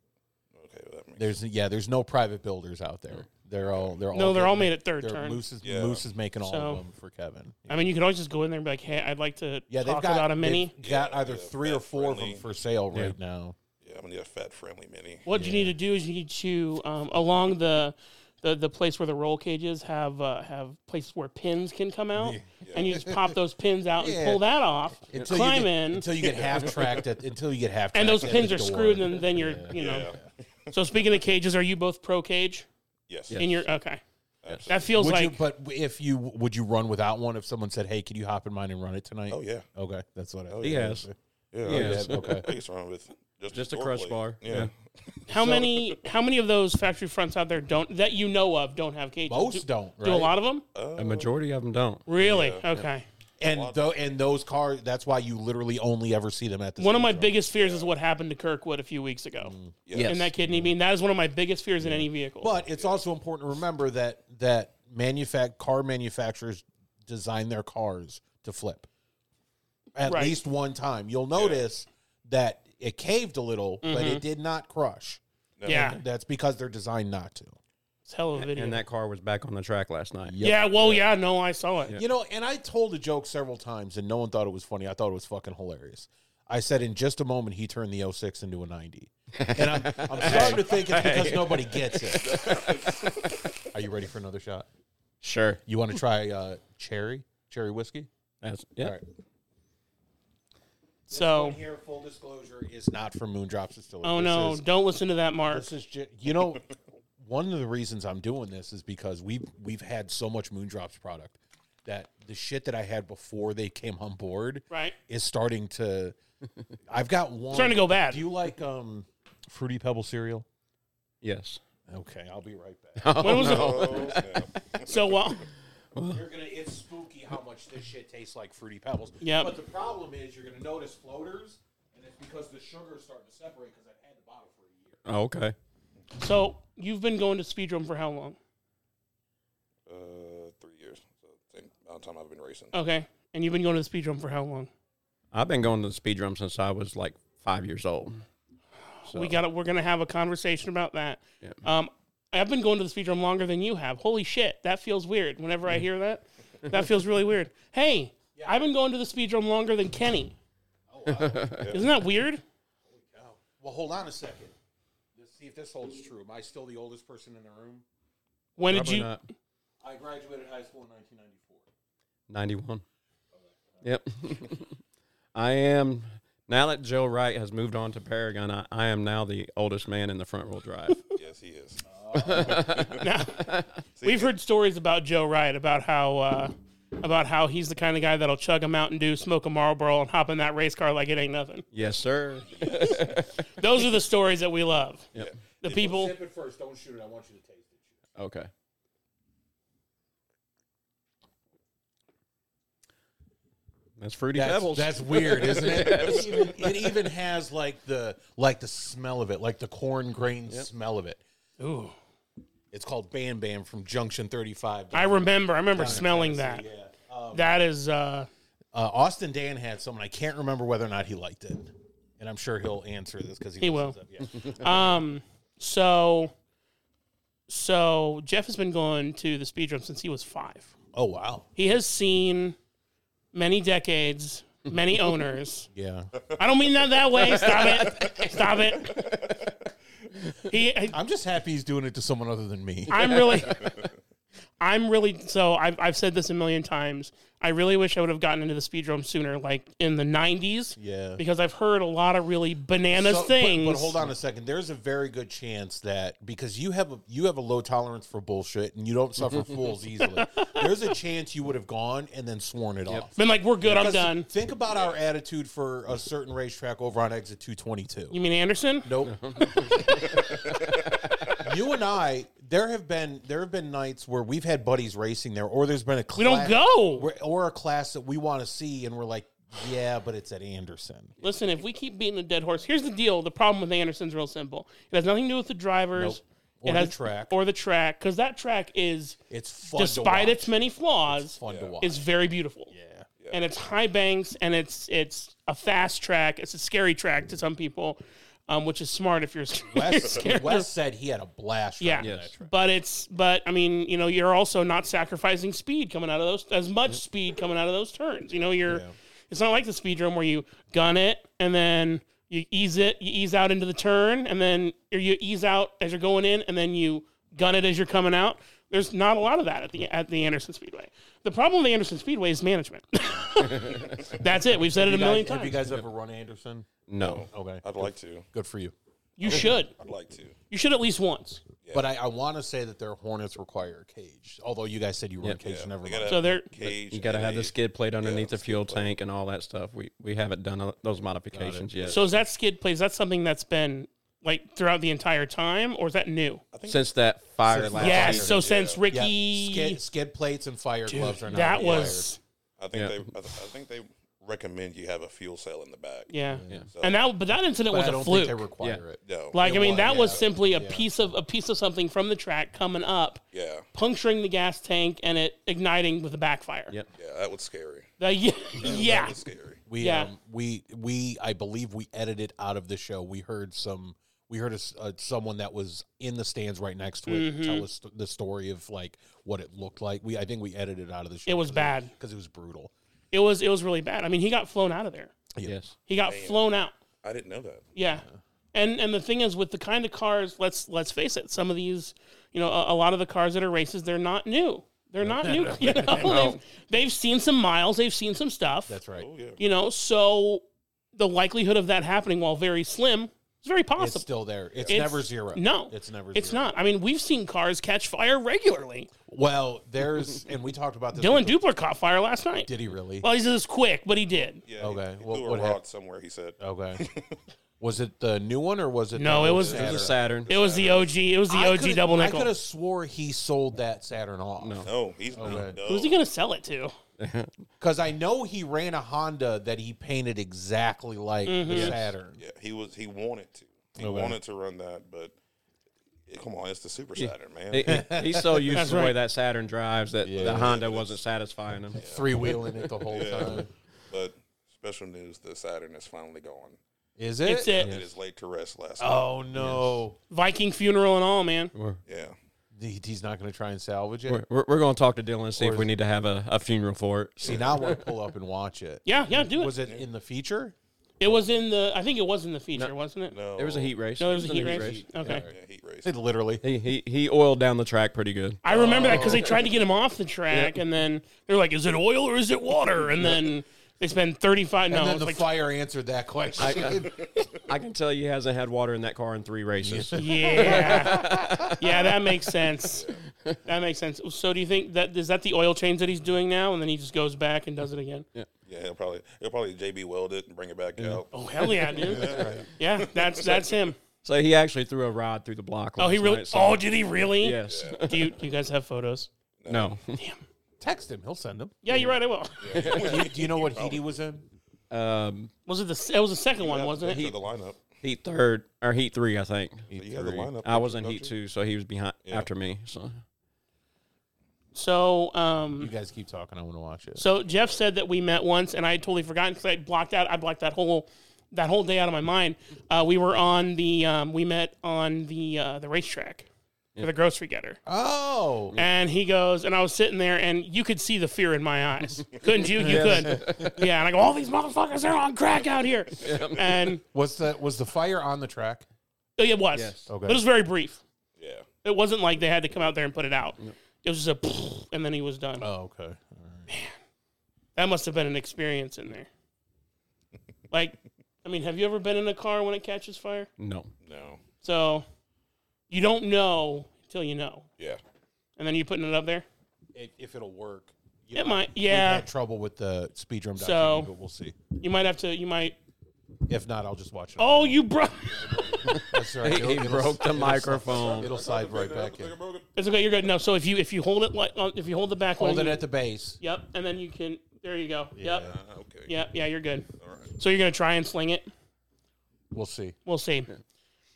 Speaker 4: Okay. Well, that makes
Speaker 3: there's yeah, there's no private builders out there. They're all they're all
Speaker 1: Mm. no, they're all
Speaker 3: getting-
Speaker 1: made at third
Speaker 3: they're-
Speaker 1: turn.
Speaker 3: Moose is
Speaker 4: Yeah.
Speaker 3: Moose is making all
Speaker 1: So-
Speaker 3: of them for Kevin.
Speaker 1: I mean, you could always just go in there and be like, "Hey, I'd like to
Speaker 3: Yeah, they've
Speaker 1: talk
Speaker 3: got
Speaker 1: about a mini."
Speaker 3: they've got
Speaker 4: Yeah,
Speaker 3: either
Speaker 4: yeah,
Speaker 3: three or
Speaker 4: fat
Speaker 3: four of
Speaker 4: friendly.
Speaker 3: them for sale
Speaker 5: Yeah.
Speaker 3: right now.
Speaker 4: Yeah, I'm gonna need a fat friendly mini.
Speaker 1: What you need to do is you need to um, along the, the the place where the roll cages have uh, have places where pins can come out, and you just pop those pins out and
Speaker 3: Yeah.
Speaker 1: pull that off, climb
Speaker 3: you get,
Speaker 1: in,
Speaker 3: until you get half tracked at until you get half.
Speaker 1: and those
Speaker 3: tracked at
Speaker 1: pins
Speaker 3: the
Speaker 1: are
Speaker 3: door.
Speaker 1: screwed, and then you're you know.
Speaker 4: Yeah.
Speaker 1: So speaking of cages, are you both pro cage
Speaker 4: Yes.
Speaker 1: in your okay?
Speaker 4: Absolutely.
Speaker 1: That feels
Speaker 3: Would
Speaker 1: like
Speaker 3: you, but if you would you run without one if someone said, "Hey, can you hop in mine and run it tonight?"
Speaker 4: Oh yeah.
Speaker 3: Okay, that's what I.
Speaker 4: Oh,
Speaker 5: He
Speaker 4: yeah.
Speaker 5: has.
Speaker 4: Yeah.
Speaker 5: He
Speaker 4: I
Speaker 5: has.
Speaker 4: guess.
Speaker 3: Yeah, okay.
Speaker 4: What are you surrounded with? Just,
Speaker 5: Just a
Speaker 4: door
Speaker 5: crutch
Speaker 4: plate.
Speaker 5: bar.
Speaker 4: Yeah.
Speaker 5: Yeah.
Speaker 1: how many how many of those factory fronts out there don't that you know of don't have cages?
Speaker 3: Most
Speaker 1: do,
Speaker 3: don't. Right?
Speaker 1: do a lot of them
Speaker 4: Oh,
Speaker 5: A majority of them don't.
Speaker 1: really okay.
Speaker 3: and though and those cars. That's why you literally only ever see them at the.
Speaker 1: One of
Speaker 3: same
Speaker 1: my
Speaker 3: time.
Speaker 1: biggest fears is what happened to Kirkwood a few weeks ago.
Speaker 5: Yes.
Speaker 1: And that kidney bean, that is one of my biggest fears in any vehicle.
Speaker 3: But it's also important to remember that that manufact car manufacturers design their cars to flip at
Speaker 1: Right.
Speaker 3: least one time. You'll notice that it caved a little, but
Speaker 1: Mm-hmm.
Speaker 3: it did not crush.
Speaker 1: yeah,
Speaker 3: That's because they're designed not to.
Speaker 1: it's hell of a video.
Speaker 5: And that car was back on the track last night.
Speaker 1: yeah, well, yeah, no, I saw it.
Speaker 3: You know, and I told a joke several times and no one thought it was funny. I thought it was fucking hilarious. I said in just a moment he turned the 06 into a 90. And I'm, I'm starting to think it's because nobody gets it. Are you ready for another shot?
Speaker 5: Sure.
Speaker 3: You want to try uh, cherry? Cherry whiskey?
Speaker 5: That's yeah.
Speaker 3: All right.
Speaker 1: So,
Speaker 3: one here, full disclosure, is not from Moondrops Distillery.
Speaker 1: oh
Speaker 3: This
Speaker 1: no,
Speaker 3: is-
Speaker 1: don't listen to that, Mark.
Speaker 3: this is ju- you know, one of the reasons I'm doing this is because we've we've had so much Moondrops product. that the shit that I had before they came on board
Speaker 1: Right.
Speaker 3: is starting to. I've got one
Speaker 1: Starting to go bad.
Speaker 3: Do you like um, fruity pebble cereal?
Speaker 5: Yes.
Speaker 3: Okay, I'll be right back.
Speaker 1: When was it?
Speaker 4: Oh, snap.
Speaker 1: So well,
Speaker 3: You're gonna. It's spooky how much this shit tastes like fruity pebbles.
Speaker 1: Yep.
Speaker 3: But the problem is, you're gonna notice floaters, and it's because the sugar's starting to separate. Because I've had the bottle for a year.
Speaker 5: Oh, okay.
Speaker 1: so you've been going to speedrun for how long?
Speaker 4: Uh, three years. So same amount of time I've been racing.
Speaker 1: Okay, and you've been going to the speedrun for how long?
Speaker 5: I've been going to the speed drum since I was like five years old.
Speaker 1: We got to We're gonna have a conversation about that.
Speaker 5: Yeah.
Speaker 1: Um, I've been going to the speed drum longer than you have. Holy shit, that feels weird. Whenever
Speaker 5: Mm.
Speaker 1: I hear that, that feels really weird. Hey, I've been going to the speed drum longer than Kenny. Isn't that weird?
Speaker 3: Oh, well, hold on a second. Let's see if this holds true. Am I still the oldest person in the room?
Speaker 1: When did
Speaker 5: Probably
Speaker 1: you?
Speaker 5: not.
Speaker 3: I graduated high school in 1994.
Speaker 5: 91. Yep. I am, now that Joe Wright has moved on to Paragon, I, I am now the oldest man in the front wheel drive.
Speaker 4: Yes, he is.
Speaker 1: We've heard stories about Joe Wright about how uh, about how he's the kind of guy that'll chug a Mountain Dew, smoke a Marlboro, and hop in that race car like it ain't nothing.
Speaker 5: yes, sir.
Speaker 1: Those are the stories that we love.
Speaker 5: Yep.
Speaker 1: The people.
Speaker 3: Sip it first. Don't shoot it. I want you to taste it.
Speaker 5: Okay. That's fruity pebbles.
Speaker 3: weird, isn't it? it, even, it even has like the like the smell of it, like the corn grain smell of it.
Speaker 1: Ooh,
Speaker 3: It's called Bam Bam from Junction 35.
Speaker 1: I remember. I remember smelling that.
Speaker 3: yeah. Um,
Speaker 1: That is. Uh,
Speaker 3: uh, Austin Dan had someone. I can't remember whether or not he liked it, and I'm sure he'll answer this because he,
Speaker 1: He
Speaker 3: listens
Speaker 1: will.
Speaker 3: Up. Yeah.
Speaker 1: Um. So. So Jeff has been going to the speed drum since he was five.
Speaker 3: Oh wow.
Speaker 1: He has seen many decades, many owners.
Speaker 3: Yeah.
Speaker 1: I don't mean that that way. Stop it. Stop it. He. I,
Speaker 3: I'm just happy he's doing it to someone other than me.
Speaker 1: I'm really. I'm really so. I've, I've said this a million times. I really wish I would have gotten into the speed drum sooner, like in the '90s,
Speaker 3: Yeah.
Speaker 1: because I've heard a lot of really bananas
Speaker 3: So- but-
Speaker 1: things.
Speaker 3: But, hold on a second. There's a very good chance that because you have a you have a low tolerance for bullshit and you don't suffer fools easily. There's a chance you would have gone and then sworn it off.
Speaker 1: Been like, we're good. I'm
Speaker 3: Because
Speaker 1: done.
Speaker 3: Think about our attitude for a certain racetrack over on exit 222.
Speaker 1: You mean Anderson?
Speaker 3: Nope. you and I, there have been there have been nights where we've had buddies racing there, or there's been a class,
Speaker 1: We don't go.
Speaker 3: where- or a class that we want to see, and we're like, yeah, but it's at Anderson.
Speaker 1: Listen, if we keep beating a dead horse, here's the deal. The problem with Anderson's real simple. It has nothing to do with the drivers.
Speaker 3: Nope. Or
Speaker 1: it
Speaker 3: the
Speaker 1: has,
Speaker 3: track.
Speaker 1: Or the track, because that track is,
Speaker 3: It's fun
Speaker 1: despite
Speaker 3: to watch.
Speaker 1: its many flaws,
Speaker 3: fun to watch.
Speaker 1: is very beautiful.
Speaker 3: yeah.
Speaker 1: And it's high banks, and it's it's a fast track. It's a scary track to some people, um, which is smart if you're
Speaker 3: Wes,
Speaker 1: scared.
Speaker 3: Wes said he had a blast. from
Speaker 1: yeah,
Speaker 3: it.
Speaker 5: Yes.
Speaker 1: but it's but I mean you know you're also not sacrificing speed coming out of those as much speed coming out of those turns. You know you're
Speaker 3: Yeah.
Speaker 1: it's not like the speed drum where you gun it and then you ease it, you ease out into the turn, and then or you ease out as you're going in, and then you gun it as you're coming out. There's not a lot of that at the at the Anderson Speedway. The problem with the Anderson Speedway is management. That's it. We've said it a
Speaker 3: You guys-
Speaker 1: million
Speaker 3: have
Speaker 1: times.
Speaker 3: you guys ever run Anderson?
Speaker 5: no.
Speaker 3: Okay,
Speaker 4: I'd like to.
Speaker 3: good for you.
Speaker 1: you should.
Speaker 4: I'd like to.
Speaker 1: You should at least once.
Speaker 3: But I, I want to say that their Hornets require a cage. Although you guys said you run a
Speaker 5: Yep.
Speaker 3: cage,
Speaker 4: Yeah,
Speaker 3: never
Speaker 4: they
Speaker 3: mind.
Speaker 4: gotta
Speaker 1: So they're
Speaker 4: cage.
Speaker 5: You got to
Speaker 4: and
Speaker 5: have the
Speaker 4: a-
Speaker 5: skid plate underneath the
Speaker 4: skid
Speaker 5: fuel tank and all that stuff. We we haven't done all- those modifications yet.
Speaker 1: So is that skid play? Is that something that's been like throughout the entire time, or is that new?
Speaker 5: since that fire
Speaker 3: Since
Speaker 5: last
Speaker 3: that-
Speaker 1: Yes.
Speaker 5: year,
Speaker 1: So since
Speaker 3: Yeah,
Speaker 1: Ricky,
Speaker 3: skid, skid plates and fire gloves are not
Speaker 1: that
Speaker 3: required.
Speaker 1: was
Speaker 4: I think
Speaker 5: Yeah.
Speaker 4: they. I, th- I think they recommend you have a fuel cell in the back.
Speaker 1: yeah.
Speaker 4: So,
Speaker 1: and that but that incident
Speaker 3: But
Speaker 1: was
Speaker 3: I
Speaker 1: a
Speaker 3: don't
Speaker 1: fluke.
Speaker 3: think they require it.
Speaker 4: no,
Speaker 1: like I
Speaker 3: it
Speaker 1: mean,
Speaker 3: was,
Speaker 1: that was
Speaker 3: yeah.
Speaker 1: simply a piece of a piece of something from the track coming up,
Speaker 4: yeah,
Speaker 1: puncturing the gas tank and it igniting with a backfire.
Speaker 5: Yep.
Speaker 4: yeah, that was scary.
Speaker 1: Like, yeah,
Speaker 4: That
Speaker 1: yeah.
Speaker 4: was scary.
Speaker 3: We
Speaker 1: Yeah.
Speaker 3: um, we we I believe we edited out of the show. We heard some. We heard a s uh, someone that was in the stands right next to
Speaker 1: Mm-hmm.
Speaker 3: it tell us the story of like what it looked like. We I think we edited it out of the show.
Speaker 1: It was bad.
Speaker 3: because it was brutal.
Speaker 1: It was it was really bad. I mean, he got flown out of there.
Speaker 5: Yes.
Speaker 1: He got flown out.
Speaker 4: I didn't know that.
Speaker 1: Yeah. And and the thing is with the kind of cars, let's let's face it, some of these, you know, a, a lot of the cars that are races, they're not new. They're not new. You know, they've, they've seen some miles, they've seen some stuff.
Speaker 3: That's right.
Speaker 4: Oh yeah,
Speaker 1: You know, so the likelihood of that happening, while very slim, It's very
Speaker 3: It's
Speaker 1: possible.
Speaker 3: still there. It's,
Speaker 1: It's-
Speaker 3: never zero.
Speaker 1: no,
Speaker 3: it's never.
Speaker 1: It's
Speaker 3: zero.
Speaker 1: not. I mean, we've seen cars catch fire regularly.
Speaker 3: Well, there's, and we talked about this.
Speaker 1: Dylan
Speaker 3: with the-
Speaker 1: Dupler caught fire last night.
Speaker 3: did he really?
Speaker 1: Well, he's just quick, but he did.
Speaker 4: Yeah.
Speaker 3: Okay,
Speaker 4: He, he
Speaker 3: what-
Speaker 4: threw
Speaker 3: what
Speaker 4: a rod
Speaker 3: happened? Oh.
Speaker 4: somewhere. He said.
Speaker 3: Okay. was it the new one or was it?
Speaker 1: No,
Speaker 3: the
Speaker 1: it
Speaker 3: old
Speaker 1: was-
Speaker 5: It was a
Speaker 3: Saturn?
Speaker 1: It
Speaker 5: Saturn.
Speaker 1: was the OG. It was the
Speaker 3: I
Speaker 1: OG
Speaker 3: coulda-
Speaker 1: double
Speaker 3: I could
Speaker 1: nickel.
Speaker 3: have swore he sold that Saturn off.
Speaker 5: No.
Speaker 4: No, he's not.
Speaker 3: Okay.
Speaker 4: No.
Speaker 1: Who's he going to sell it to?
Speaker 3: Because I know he ran a Honda that he painted exactly like
Speaker 1: Mm-hmm.
Speaker 3: the
Speaker 5: Yes.
Speaker 3: Saturn.
Speaker 4: Yeah, he was. He wanted to. He
Speaker 3: Okay.
Speaker 4: wanted to run that, but eh, come on, it's the Super Saturn, man.
Speaker 5: He- he- he's so used
Speaker 1: That's
Speaker 5: to the
Speaker 1: right.
Speaker 5: way that Saturn drives that
Speaker 3: Yeah.
Speaker 5: the Honda wasn't satisfying him.
Speaker 3: Three wheeling it the whole
Speaker 4: Yeah.
Speaker 3: time.
Speaker 4: But special news: the Saturn is finally gone.
Speaker 3: Is it?
Speaker 1: It's it.
Speaker 4: It is laid to rest last night.
Speaker 3: Oh no,
Speaker 1: Viking funeral and all, man.
Speaker 5: We're,
Speaker 4: Yeah.
Speaker 3: He- he's not going to try and salvage it.
Speaker 5: we're, we're going to talk to Dylan and see
Speaker 3: Or
Speaker 5: if we
Speaker 3: is-
Speaker 5: need to have a, a funeral for it.
Speaker 3: See, now I want to pull up and watch it.
Speaker 1: Yeah, yeah, do it.
Speaker 3: Was it in the feature?
Speaker 1: it was in the. I think it was in the feature, wasn't it?
Speaker 4: No.
Speaker 5: There was a heat race.
Speaker 1: No, there was a heat
Speaker 5: It
Speaker 1: race.
Speaker 5: was
Speaker 1: Okay.
Speaker 4: Yeah, heat race.
Speaker 3: It literally.
Speaker 5: He, he he oiled down the track pretty good.
Speaker 1: I remember that because they tried to get him off the track, and then they're like, "Is it oil or is it water?" And then they spend thirty-five. No,
Speaker 3: and
Speaker 1: it
Speaker 3: then
Speaker 1: was
Speaker 3: the
Speaker 1: like,
Speaker 3: fire answered that question.
Speaker 5: I can tell you he hasn't had water in that car in three races.
Speaker 1: yeah, yeah, that makes sense. That makes sense. So, do you think that is that the oil change that he's doing now, and then he just goes back and does it again?
Speaker 4: Yeah, he'll probably he'll probably JB weld it and bring it back out.
Speaker 1: Oh hell yeah, dude! Yeah, that's that's him.
Speaker 5: So he actually threw a rod through the block.
Speaker 1: Oh, he
Speaker 5: last
Speaker 1: really.
Speaker 5: night, so-
Speaker 1: Oh, did he really?
Speaker 5: yes.
Speaker 1: Do you, do you guys have photos?
Speaker 5: No.
Speaker 3: Text him. He'll send him.
Speaker 1: Yeah, you're right. I will.
Speaker 3: Do you, do you know what heat he was in?
Speaker 5: Um,
Speaker 1: Was it the? It was the second one, wasn't
Speaker 4: You
Speaker 1: it?
Speaker 4: have the lineup.
Speaker 5: heat third or heat three, I think.
Speaker 4: You have the lineup.
Speaker 5: I was in
Speaker 4: don't
Speaker 5: heat
Speaker 4: you?
Speaker 5: two, so he was behind after me. So
Speaker 1: So, um,
Speaker 3: You guys keep talking. I want to watch it.
Speaker 1: So Jeff said that we met once, and I had totally forgotten because I had blocked out. I blocked that whole that whole day out of my mind. Uh, we were on the um, we met on the uh, the racetrack for the grocery getter,
Speaker 3: Oh,
Speaker 1: and he goes, and I was sitting there, and you could see the fear in my eyes, couldn't you? You could, yeah. And I go, all these motherfuckers are on crack out here, and uh,
Speaker 3: was the was the fire on the track?
Speaker 1: it was,
Speaker 5: Yes.
Speaker 3: Okay.
Speaker 1: but it was very brief.
Speaker 4: Yeah.
Speaker 1: It wasn't like they had to come out there and put it out. It was just a, and then he was done.
Speaker 3: Oh, okay.
Speaker 1: That must have been an experience in there. Like, I mean, have you ever been in a car when it catches fire?
Speaker 5: no.
Speaker 4: No.
Speaker 1: So you don't know until you know.
Speaker 4: Yeah.
Speaker 1: And then you putting it up there?
Speaker 3: If, if it'll work, you
Speaker 1: It might
Speaker 3: We
Speaker 1: yeah.
Speaker 3: had trouble with the speedrum.
Speaker 1: So-
Speaker 3: but we'll see.
Speaker 1: You might have to you might
Speaker 3: If not, I'll just watch it.
Speaker 1: Oh you bro
Speaker 3: That's all right.
Speaker 5: He- he
Speaker 3: It'll-
Speaker 5: broke the
Speaker 3: it'll-
Speaker 5: microphone.
Speaker 3: It'll slide right back in.
Speaker 1: It's okay, you're good. No, so if you if you hold it like uh, if you hold the back
Speaker 3: Hold
Speaker 1: one
Speaker 3: it
Speaker 1: you-
Speaker 3: at the base.
Speaker 1: Yep, and then you can there you go. Yep.
Speaker 4: Uh, okay.
Speaker 1: Yep, yeah, you're good.
Speaker 4: All right.
Speaker 1: So you're gonna try and sling it?
Speaker 3: We'll see.
Speaker 1: We'll see.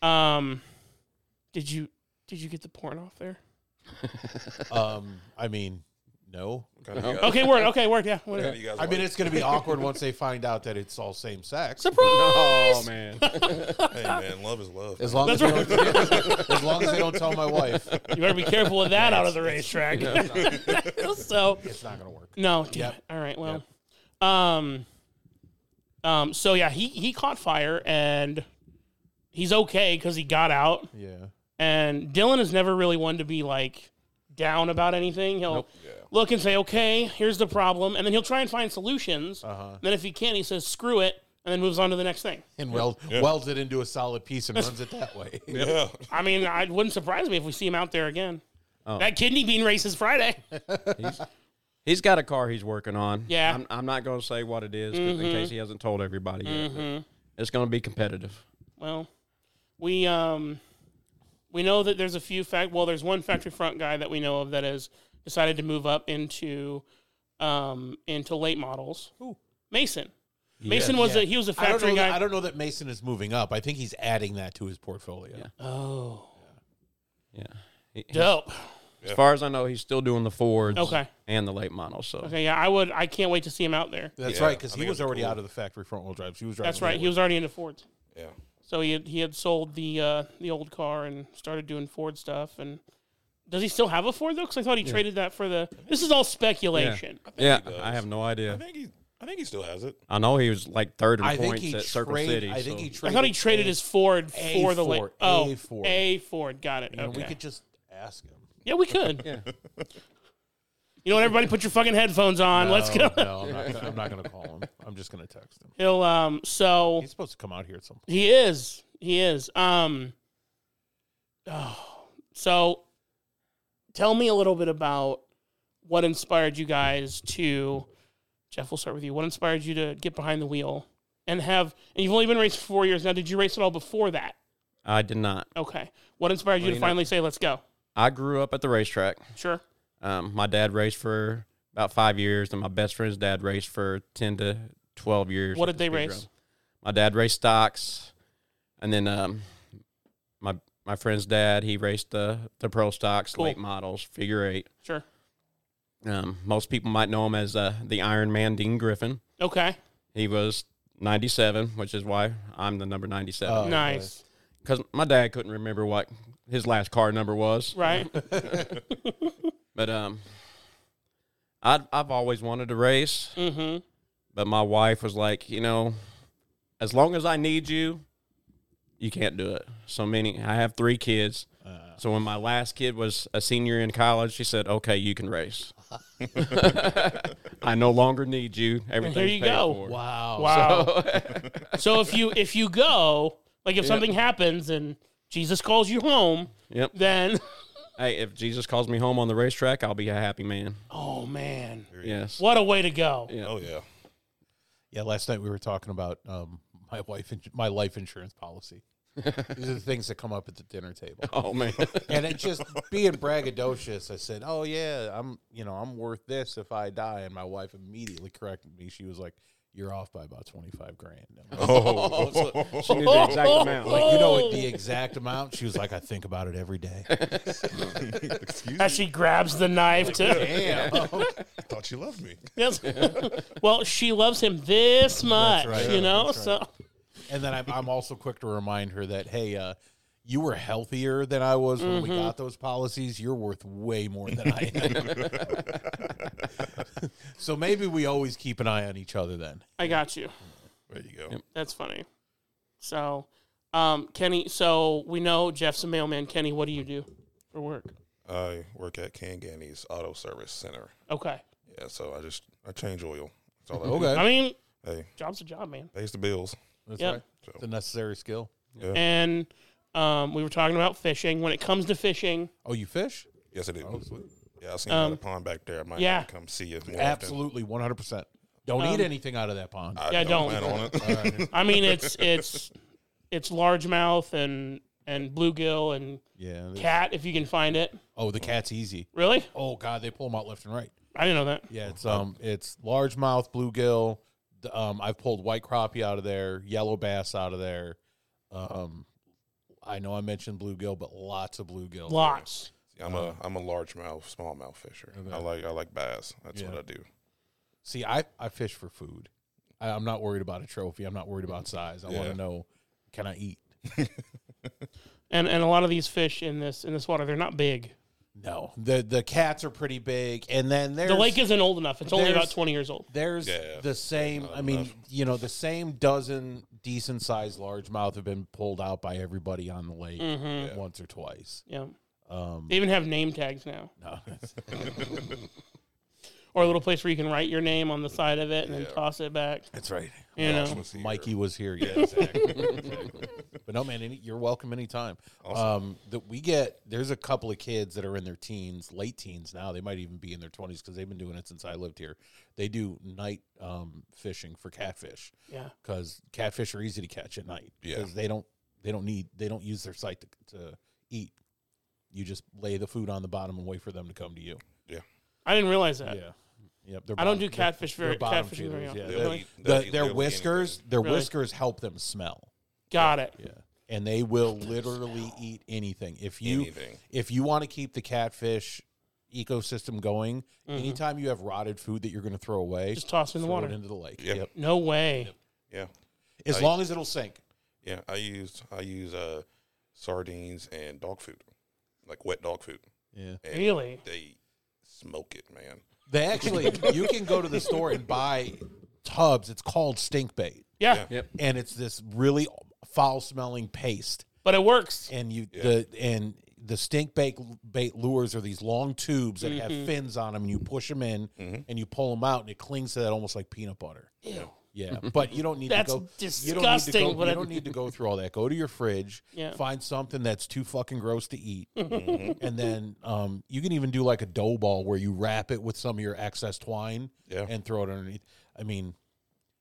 Speaker 1: Um did you did you get the porn off there?
Speaker 3: Um, I mean, no.
Speaker 4: Kind of
Speaker 1: Okay, word, okay, word, yeah. Whatever.
Speaker 4: you guys
Speaker 3: I mean,
Speaker 4: like?
Speaker 3: it's going to be awkward once they find out that it's all same sex.
Speaker 5: Oh man.
Speaker 4: hey man, love is love.
Speaker 3: As long as, they don't, as long as they don't tell my wife,
Speaker 1: You better be careful with that out of the racetrack. so
Speaker 3: it's not going to work.
Speaker 1: no, damn
Speaker 3: Yep.
Speaker 1: it. all right, well, um, um, so yeah, he he caught fire and he's okay because he got out.
Speaker 3: Yeah.
Speaker 1: And Dylan is never really one to be like down about anything. He'll look and say, "Okay, here's the problem," and then he'll try and find solutions.
Speaker 3: Uh-huh.
Speaker 1: And then if he can't, he says, "Screw it," and then moves on to the next thing.
Speaker 3: And weld, welds it into a solid piece and runs it that way.
Speaker 4: yeah.
Speaker 1: I mean, it wouldn't surprise me if we see him out there again.
Speaker 3: Oh.
Speaker 1: That kidney bean race is Friday.
Speaker 5: He's got a car he's working on.
Speaker 1: Yeah. Mm-hmm.
Speaker 5: I'm, I'm not going to say what it is 'cause- in case he hasn't told everybody yet. but It's going to be competitive.
Speaker 1: Well, we um we know that there's a few fact. Well, there's one factory front guy that we know of that has decided to move up into um into late models.
Speaker 3: Who?
Speaker 1: Mason. Mason was
Speaker 3: Yeah.
Speaker 1: a he was a
Speaker 3: I don't, know
Speaker 1: factory
Speaker 3: that,
Speaker 1: guy.
Speaker 3: I don't know that Mason is moving up. I think he's adding that to his portfolio.
Speaker 5: Yeah.
Speaker 1: oh,
Speaker 5: Yeah. He-
Speaker 1: dope.
Speaker 5: As far as I know, he's still doing the Fords
Speaker 1: Okay.
Speaker 5: and the late models. So
Speaker 1: Okay, yeah, I would. I can't wait to see him out there.
Speaker 3: That's
Speaker 4: Yeah,
Speaker 3: right, because
Speaker 4: I
Speaker 3: he
Speaker 4: think
Speaker 3: was
Speaker 4: it'd be
Speaker 3: already
Speaker 4: cool.
Speaker 3: out of the factory front wheel drive. He was driving
Speaker 1: That's right. He was already into Fords,
Speaker 4: Yeah.
Speaker 1: so he had, he had sold the uh, the old car and started doing Ford stuff. And does he still have a Ford though? Because I thought he traded that for the. This is all speculation.
Speaker 5: yeah,
Speaker 4: he does.
Speaker 5: I have no
Speaker 4: I
Speaker 5: idea.
Speaker 4: think he I think he still has it.
Speaker 5: I know he was like third in
Speaker 3: I think
Speaker 5: points
Speaker 3: he
Speaker 5: at Circle
Speaker 3: traded.
Speaker 5: City.
Speaker 3: I think
Speaker 5: so-
Speaker 3: he
Speaker 1: I
Speaker 3: traded.
Speaker 1: thought he traded
Speaker 3: a-
Speaker 1: his Ford
Speaker 3: A
Speaker 1: for the late.
Speaker 3: Ford.
Speaker 1: Oh,
Speaker 3: A Ford.
Speaker 1: A Ford. Got it.
Speaker 3: You know,
Speaker 1: Okay.
Speaker 3: We could just ask him.
Speaker 1: yeah, we could.
Speaker 5: Yeah.
Speaker 1: You know what? Everybody, put your fucking headphones on. Let's
Speaker 3: No,
Speaker 1: go.
Speaker 3: No, I'm not, gonna- I'm not going to call him. I'm just going to text him.
Speaker 1: He'll um. So
Speaker 3: He's supposed to come out here at some point.
Speaker 1: he is. He is. Um. Oh, so, tell me a little bit about what inspired you guys to. Jeff, we'll start with you. What inspired you to get behind the wheel and have? And you've only been racing for four years now. Did you race at all before that?
Speaker 5: I did not.
Speaker 1: Okay. What inspired you
Speaker 5: Well,
Speaker 1: to
Speaker 5: you know-
Speaker 1: finally say, "Let's go"?
Speaker 5: I grew up at the racetrack.
Speaker 1: Sure.
Speaker 5: Um, my dad raced for about five years, and my best friend's dad raced for ten to twelve years.
Speaker 1: What
Speaker 5: at
Speaker 1: did they
Speaker 5: the
Speaker 1: race?
Speaker 5: speedrome. My dad raced stocks, and then um, my my friend's dad he raced the the pro stocks,
Speaker 1: Cool.
Speaker 5: late models, figure eight.
Speaker 1: Sure.
Speaker 5: Um, most people might know him as uh, the Iron Man Dean Griffin.
Speaker 1: Okay.
Speaker 5: He was 97, which is why I'm the number 97.
Speaker 3: Oh,
Speaker 1: nice.
Speaker 5: Because my dad couldn't remember what his last car number was.
Speaker 1: Right.
Speaker 5: But um, I I've always wanted to race,
Speaker 1: mm-hmm.
Speaker 5: but my wife was like, you know, as long as I need you, you can't do it. So many. I have three kids.
Speaker 3: Uh.
Speaker 5: So when my last kid was a senior in college, she said, "Okay, you can race. I no longer need you. Everything's
Speaker 1: you
Speaker 5: paid
Speaker 1: go.
Speaker 5: for."
Speaker 3: Wow.
Speaker 1: Wow. so if you if you go, like if something happens and Jesus calls you home,
Speaker 5: Yep.
Speaker 1: then
Speaker 5: Hey, if Jesus calls me home on the racetrack, I'll be a happy man.
Speaker 1: oh man,
Speaker 5: Yes.
Speaker 1: what a way to go!
Speaker 5: Yeah.
Speaker 4: Oh yeah.
Speaker 3: Yeah, last night we were talking about um, my wife and my life insurance policy. These are the things that come up at the dinner table.
Speaker 5: Oh man.
Speaker 3: And it just being braggadocious, I said, "Oh yeah, I'm, you know, I'm worth this if I die." And my wife immediately corrected me. She was like, "You're off by about 25 grand." I'm like,
Speaker 4: Oh,
Speaker 5: she knew the exact amount. Like,
Speaker 3: you know what the exact amount? She was like, "I think about it every day."
Speaker 4: excuse me.
Speaker 1: As she grabs the knife to
Speaker 3: Damn.
Speaker 4: I thought you loved me.
Speaker 1: yes. well, she loves him this much,
Speaker 3: right.
Speaker 1: you know.
Speaker 3: That's right.
Speaker 1: So
Speaker 3: And then I'm, I'm also quick to remind her that, hey, uh, you were healthier than I was when we got those policies. You're worth way more than I am. so maybe we always keep an eye on each other then.
Speaker 1: I got you.
Speaker 4: There you go.
Speaker 1: That's funny. So, um, Kenny. So we know Jeff's a mailman. Kenny, what do you do for work?
Speaker 4: I work at Kangani's Auto Service Center.
Speaker 1: Okay.
Speaker 4: Yeah, so I just I change oil. That's all I
Speaker 3: Okay.
Speaker 1: I mean,
Speaker 4: Do. Hey,
Speaker 1: job's a job, man.
Speaker 4: pays the bills.
Speaker 3: That's
Speaker 1: Yep.
Speaker 3: right. It's a necessary skill.
Speaker 1: And um, we were talking about fishing. When it comes to fishing,
Speaker 3: Oh, you fish?
Speaker 4: Yes, I do.
Speaker 3: Oh,
Speaker 4: Yeah, I seen
Speaker 1: Um,
Speaker 4: you at the pond back there. I might
Speaker 1: yeah.
Speaker 4: come see you. More
Speaker 3: Absolutely, 100%. Don't eat anything out of that pond.
Speaker 4: Often. I
Speaker 1: Yeah, don't.
Speaker 4: plan on it.
Speaker 1: I mean, it's it's it's largemouth and and bluegill and
Speaker 3: yeah. they-
Speaker 1: cat if you can find it.
Speaker 3: Oh, the cat's easy.
Speaker 1: Really?
Speaker 3: Oh, God, they pull them out left and right.
Speaker 1: I didn't know that.
Speaker 3: Yeah, it's um, it's largemouth bluegill. D- Um, I've pulled white crappie out of there, yellow bass out of there. Um, I know I mentioned bluegill, but lots of bluegill.
Speaker 1: Lots.
Speaker 4: I'm a I'm a largemouth, smallmouth fisher. I like I like bass. That's
Speaker 3: Yeah.
Speaker 4: what I do.
Speaker 3: See, I I fish for food. I, I'm not worried about a trophy. I'm not worried about size. I want
Speaker 4: Yeah.
Speaker 3: to know can I eat?
Speaker 1: And and a lot of these fish in this in this water, they're not big.
Speaker 3: No, the the cats are pretty big, and then there's
Speaker 1: The lake isn't old enough. It's only about
Speaker 3: there's-
Speaker 1: twenty years old.
Speaker 3: There's
Speaker 4: Yeah,
Speaker 3: the same. I mean, you know, the same dozen decent sized largemouth have been pulled out by everybody on the lake once or twice.
Speaker 1: Yeah.
Speaker 3: Um,
Speaker 1: They even have name tags now,
Speaker 3: no,
Speaker 1: or a little place where you can write your name on the side of it and
Speaker 4: Yeah.
Speaker 1: then toss it back.
Speaker 3: that's right.
Speaker 1: You know.
Speaker 4: Let's see
Speaker 3: Mikey
Speaker 4: here.
Speaker 3: was here. Yeah, exactly. Exactly. But no, man, any, you're welcome anytime. Um, that we get there's a couple of kids that are in their teens, late teens now. They might even be in their 20s because they've been doing it since I lived here. They do night um, fishing for catfish
Speaker 1: Yeah.
Speaker 3: because catfish are easy to catch at night
Speaker 4: Yeah.
Speaker 3: because they don't they don't need they don't use their sight to, to eat. You just lay the food on the bottom and wait for them to come to you.
Speaker 1: I didn't realize that.
Speaker 3: Yeah. Yep, they're
Speaker 1: I don't
Speaker 3: bottom-
Speaker 1: do
Speaker 3: they're-
Speaker 1: catfish
Speaker 3: they're
Speaker 1: very
Speaker 3: bottom
Speaker 1: catfishing very
Speaker 3: feeders,
Speaker 1: often.
Speaker 3: yeah.
Speaker 4: They'll
Speaker 1: Really?
Speaker 4: eat- they'll
Speaker 3: the,
Speaker 4: eat-
Speaker 3: their
Speaker 4: they'll eat
Speaker 3: whiskers
Speaker 4: anything.
Speaker 3: their
Speaker 1: Really?
Speaker 3: whiskers help them smell
Speaker 1: Got it.
Speaker 3: yeah and they will literally eat anything if you
Speaker 4: Anything.
Speaker 3: if you want to keep the catfish ecosystem going anytime you have rotted food that you're going to throw away
Speaker 1: Mm-hmm. Just toss it in the
Speaker 3: throw
Speaker 1: water.
Speaker 3: it into the lake
Speaker 4: Yep.
Speaker 1: No way.
Speaker 4: Yeah,
Speaker 3: as long as it'll sink
Speaker 4: yeah. I use I use uh, sardines and dog food, like wet dog food.
Speaker 3: yeah
Speaker 4: And
Speaker 1: Really?
Speaker 4: They smoke it, man.
Speaker 3: they actually you can go to the store and buy tubs it's called stink bait
Speaker 1: Yeah.
Speaker 5: Yep.
Speaker 3: and it's this really foul smelling paste
Speaker 1: But it works.
Speaker 3: and you the and the stink bait bait lures are these long tubes that
Speaker 1: Mm-hmm.
Speaker 4: Mm-hmm.
Speaker 3: have fins on them and you push them in and you pull them out and it clings to that almost like peanut butter
Speaker 1: Ew.
Speaker 3: Yeah, but you don't need
Speaker 1: That's
Speaker 3: to go. You don't need to
Speaker 1: disgusting,
Speaker 3: go,
Speaker 1: but
Speaker 3: you
Speaker 1: I-
Speaker 3: don't need to go through all that. Go to your fridge,
Speaker 1: Yeah.
Speaker 3: find something that's too fucking gross to eat,
Speaker 4: Mhm.
Speaker 3: and then um, you can even do like a dough ball where you wrap it with some of your excess twine
Speaker 4: Yeah.
Speaker 3: and throw it underneath. I mean,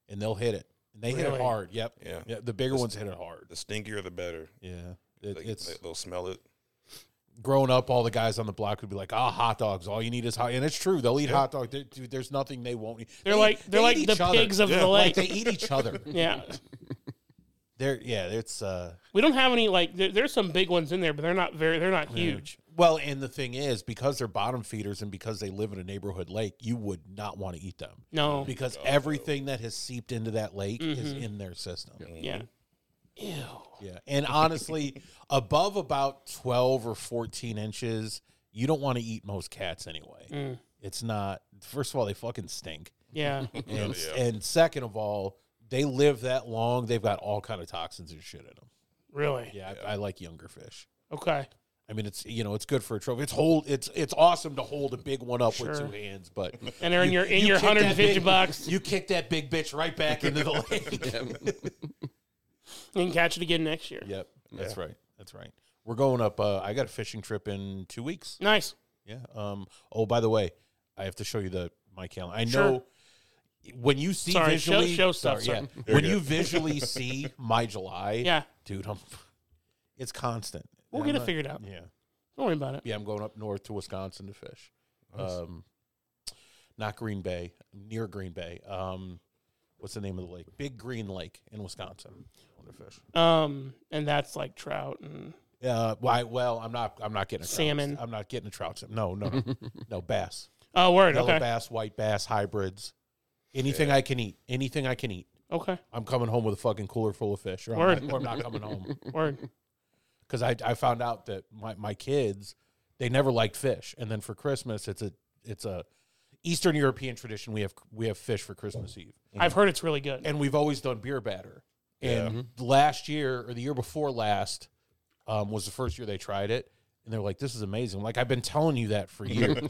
Speaker 3: and they'll hit it. And they hit
Speaker 1: Really?
Speaker 3: it hard. Yep.
Speaker 4: Yeah.
Speaker 3: The bigger
Speaker 4: Just-
Speaker 3: ones hit it hard.
Speaker 4: The stinkier, the better.
Speaker 3: Yeah. It,
Speaker 4: They,
Speaker 3: it's
Speaker 4: they, they'll smell it.
Speaker 3: growing up, all the guys on the block would be like, "Ah, hot dogs! All you need is hot." And it's true; they'll eat hot dogs. They- dude, there's nothing they won't eat.
Speaker 1: They're
Speaker 3: They-
Speaker 1: like
Speaker 3: they
Speaker 1: they're like
Speaker 3: eat
Speaker 1: the
Speaker 3: each other.
Speaker 1: pigs of
Speaker 4: Yeah.
Speaker 1: the
Speaker 3: Like
Speaker 1: lake.
Speaker 3: they eat each other.
Speaker 1: yeah,
Speaker 3: They're yeah. It's uh.
Speaker 1: we don't have any like. There, there's some big ones in there, but they're not very. They're not huge.
Speaker 3: Well, and the thing is, because they're bottom feeders and because they live in a neighborhood lake, you would not want to eat them
Speaker 1: Oh, No. Mm-hmm.
Speaker 3: because everything that has seeped into that lake is in their system.
Speaker 1: Yeah. Ew.
Speaker 3: Yeah. And honestly, above about 12 or 14 inches, you don't want to eat most cats anyway.
Speaker 1: Mm.
Speaker 3: It's not, first of all, they fucking stink.
Speaker 1: Yeah.
Speaker 3: And,
Speaker 4: yeah.
Speaker 3: and second of all, they live that long. They've got all kind of toxins and shit in them.
Speaker 1: Really.
Speaker 3: Yeah, I, I like younger fish.
Speaker 1: Okay.
Speaker 3: I mean, it's you know, it's good for a trophy. It's hold, it's it's awesome to hold a big one up with
Speaker 1: Sure.
Speaker 3: two hands, but
Speaker 1: And they're in
Speaker 3: You-
Speaker 1: your in
Speaker 3: you
Speaker 1: your
Speaker 3: kick that
Speaker 1: 150
Speaker 3: big-
Speaker 1: bucks
Speaker 3: you kick that big bitch right back into the lake.
Speaker 1: and catch it again next year.
Speaker 3: Yep, that's right. That's right. We're going up. Uh, I got a fishing trip in two weeks.
Speaker 1: Nice.
Speaker 3: Yeah. Um. Oh, by the way, I have to show you the my calendar. I
Speaker 1: Sure.
Speaker 3: know when you see
Speaker 1: Sorry, show-
Speaker 3: visually,
Speaker 1: show stuff,
Speaker 3: sorry,
Speaker 1: sir.
Speaker 3: yeah. When you visually see my July,
Speaker 1: Yeah.
Speaker 3: dude, I'm. It's constant.
Speaker 1: We'll
Speaker 3: I'm
Speaker 1: get it
Speaker 3: not-
Speaker 1: figured out.
Speaker 3: Yeah.
Speaker 1: Don't worry about it.
Speaker 3: Yeah, I'm going up north to Wisconsin to fish. Um, not Green Bay, near Green Bay. Um, what's the name of the lake? Big Green Lake in Wisconsin. I'm gonna fish.
Speaker 1: Um, and that's like trout and
Speaker 3: Uh, why? Well, I'm not. I'm not getting a trout.
Speaker 1: Salmon.
Speaker 3: I'm not getting a trout. sim- No, no, no, no bass.
Speaker 1: oh word.
Speaker 3: Yellow
Speaker 1: Okay.
Speaker 3: bass, white bass, hybrids. Anything I can eat. Anything I can eat.
Speaker 1: Okay.
Speaker 3: I'm coming home with a fucking cooler full of fish, or
Speaker 1: Word.
Speaker 3: I'm, not, or I'm not coming home
Speaker 1: Word.
Speaker 3: because I, I found out that my, my kids they never liked fish, and then for Christmas it's a it's a Eastern European tradition. We have we have fish for Christmas Eve,
Speaker 1: I've heard it's really good.
Speaker 3: and we've always done beer batter. And last year or the year before last um, was the first year they tried it, and they're like, "This is amazing!" I'm like I've been telling you that for years.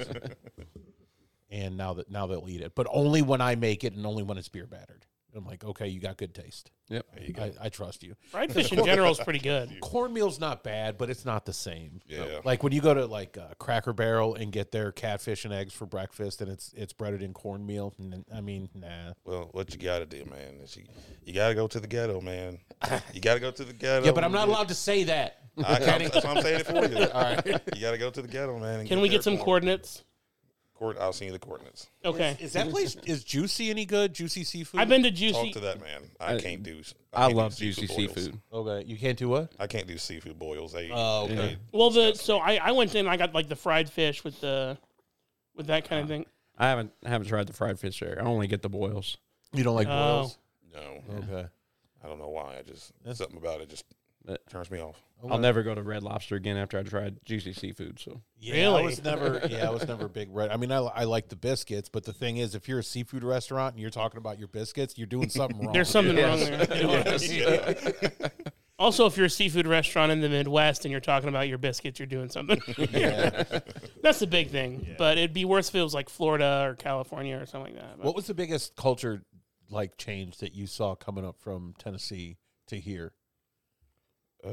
Speaker 3: and now that now they'll eat it, but only when I make it, and only when it's beer battered. I'm like, okay, you got good taste.
Speaker 5: Yep.
Speaker 3: I, I trust you.
Speaker 1: Fried fish in general is pretty good.
Speaker 3: Cornmeal's not bad, but it's not the same.
Speaker 4: Yeah.
Speaker 3: Like when you go to like uh, Cracker Barrel and get their catfish and eggs for breakfast, and it's it's breaded in cornmeal. n- I mean, nah.
Speaker 4: Well, what you gotta do, man, is you, you gotta go to the ghetto, man. You gotta go to the ghetto.
Speaker 3: Yeah, but I'm not allowed to say that.
Speaker 4: I, I'm, that's why I'm saying it for you. All right. You gotta go to the ghetto, man. and
Speaker 1: Can we
Speaker 4: there
Speaker 1: get some
Speaker 4: for-
Speaker 1: coordinates?
Speaker 4: Coord- I'll send you the coordinates.
Speaker 1: Okay.
Speaker 3: Is that place is Juicy any good? Juicy seafood.
Speaker 1: I've been to
Speaker 4: Talk
Speaker 1: Juicy.
Speaker 4: to that man. I, can't do.
Speaker 5: I
Speaker 4: can't do
Speaker 5: love juicy
Speaker 4: boils.
Speaker 5: seafood.
Speaker 3: okay. You can't do what?
Speaker 4: I can't do seafood boils. They,
Speaker 3: Oh, okay.
Speaker 4: they-
Speaker 1: Well, the so I, I went in. I got like the fried fish with the with that kind of thing.
Speaker 5: I haven't haven't tried the fried fish there. I only get the boils.
Speaker 3: You don't like
Speaker 1: Oh.
Speaker 3: boils?
Speaker 4: no,
Speaker 3: Okay.
Speaker 4: I don't know why. I just something about it just
Speaker 5: But-
Speaker 4: turns me off.
Speaker 5: I'll never go to Red Lobster again after I tried juicy seafood. So
Speaker 3: Yeah, I
Speaker 1: Really?
Speaker 3: was never. Yeah, I was never a big red. I mean, I, I like the biscuits, but the thing is, if you're a seafood restaurant and you're talking about your biscuits, you're doing something wrong.
Speaker 1: Oh, There's something wrong
Speaker 5: Yes.
Speaker 1: there. Also, if you're a seafood restaurant in the Midwest and you're talking about your biscuits, you're doing something. That's the big thing. But it'd be worse if it was like Florida or California or something like that. But
Speaker 3: What was the biggest culture like change that you saw coming up from Tennessee to here?
Speaker 4: Uh,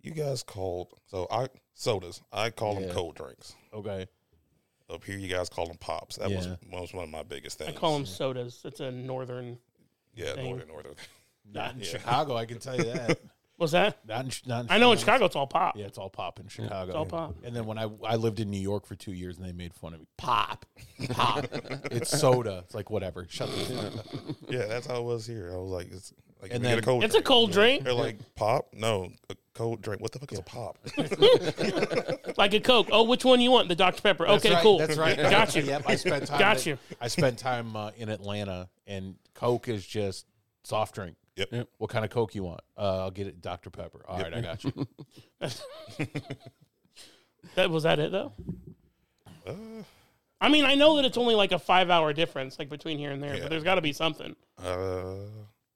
Speaker 4: you guys called so I sodas. I call
Speaker 3: Yeah.
Speaker 4: them cold drinks.
Speaker 3: Okay.
Speaker 4: Up here, you guys call them pops. That was
Speaker 3: Yeah.
Speaker 4: was one of my biggest things.
Speaker 1: I call them sodas. It's a northern.
Speaker 4: yeah,
Speaker 1: thing.
Speaker 4: northern northern.
Speaker 3: Not in Chicago, I can tell you that.
Speaker 1: What's that?
Speaker 3: not in, not in
Speaker 1: I know in Chicago it's all pop.
Speaker 3: Yeah, it's all pop in Chicago.
Speaker 1: all pop.
Speaker 3: And then when I I lived in New York for two years, and they made fun of me. Pop, pop. it's soda. It's like whatever. Shut the fuck up.
Speaker 4: Yeah, that's how it was here. I was like, it's like
Speaker 3: And
Speaker 4: and then,
Speaker 3: then-
Speaker 4: get a cold.
Speaker 1: It's a
Speaker 4: drink.
Speaker 1: cold drink,
Speaker 4: They're like pop. No, a cold drink. What the fuck is a pop?
Speaker 1: like a Coke. Oh, which one you want? The Dr Pepper.
Speaker 3: That's
Speaker 1: okay,
Speaker 3: right,
Speaker 1: cool.
Speaker 3: That's right.
Speaker 1: Got you.
Speaker 3: Yep. I spent time.
Speaker 1: Got
Speaker 3: at-
Speaker 1: you.
Speaker 3: I spent time uh, in Atlanta, and Coke is just soft drink.
Speaker 4: Yep.
Speaker 5: Yep.
Speaker 3: What kind of Coke you want? Uh, I'll get it, Dr Pepper. All right, I got you.
Speaker 1: That was that it though.
Speaker 4: Uh,
Speaker 1: I mean, I know that it's only like a five-hour difference, like between here and there,
Speaker 4: Yeah.
Speaker 1: but there's got to be something.
Speaker 4: uh,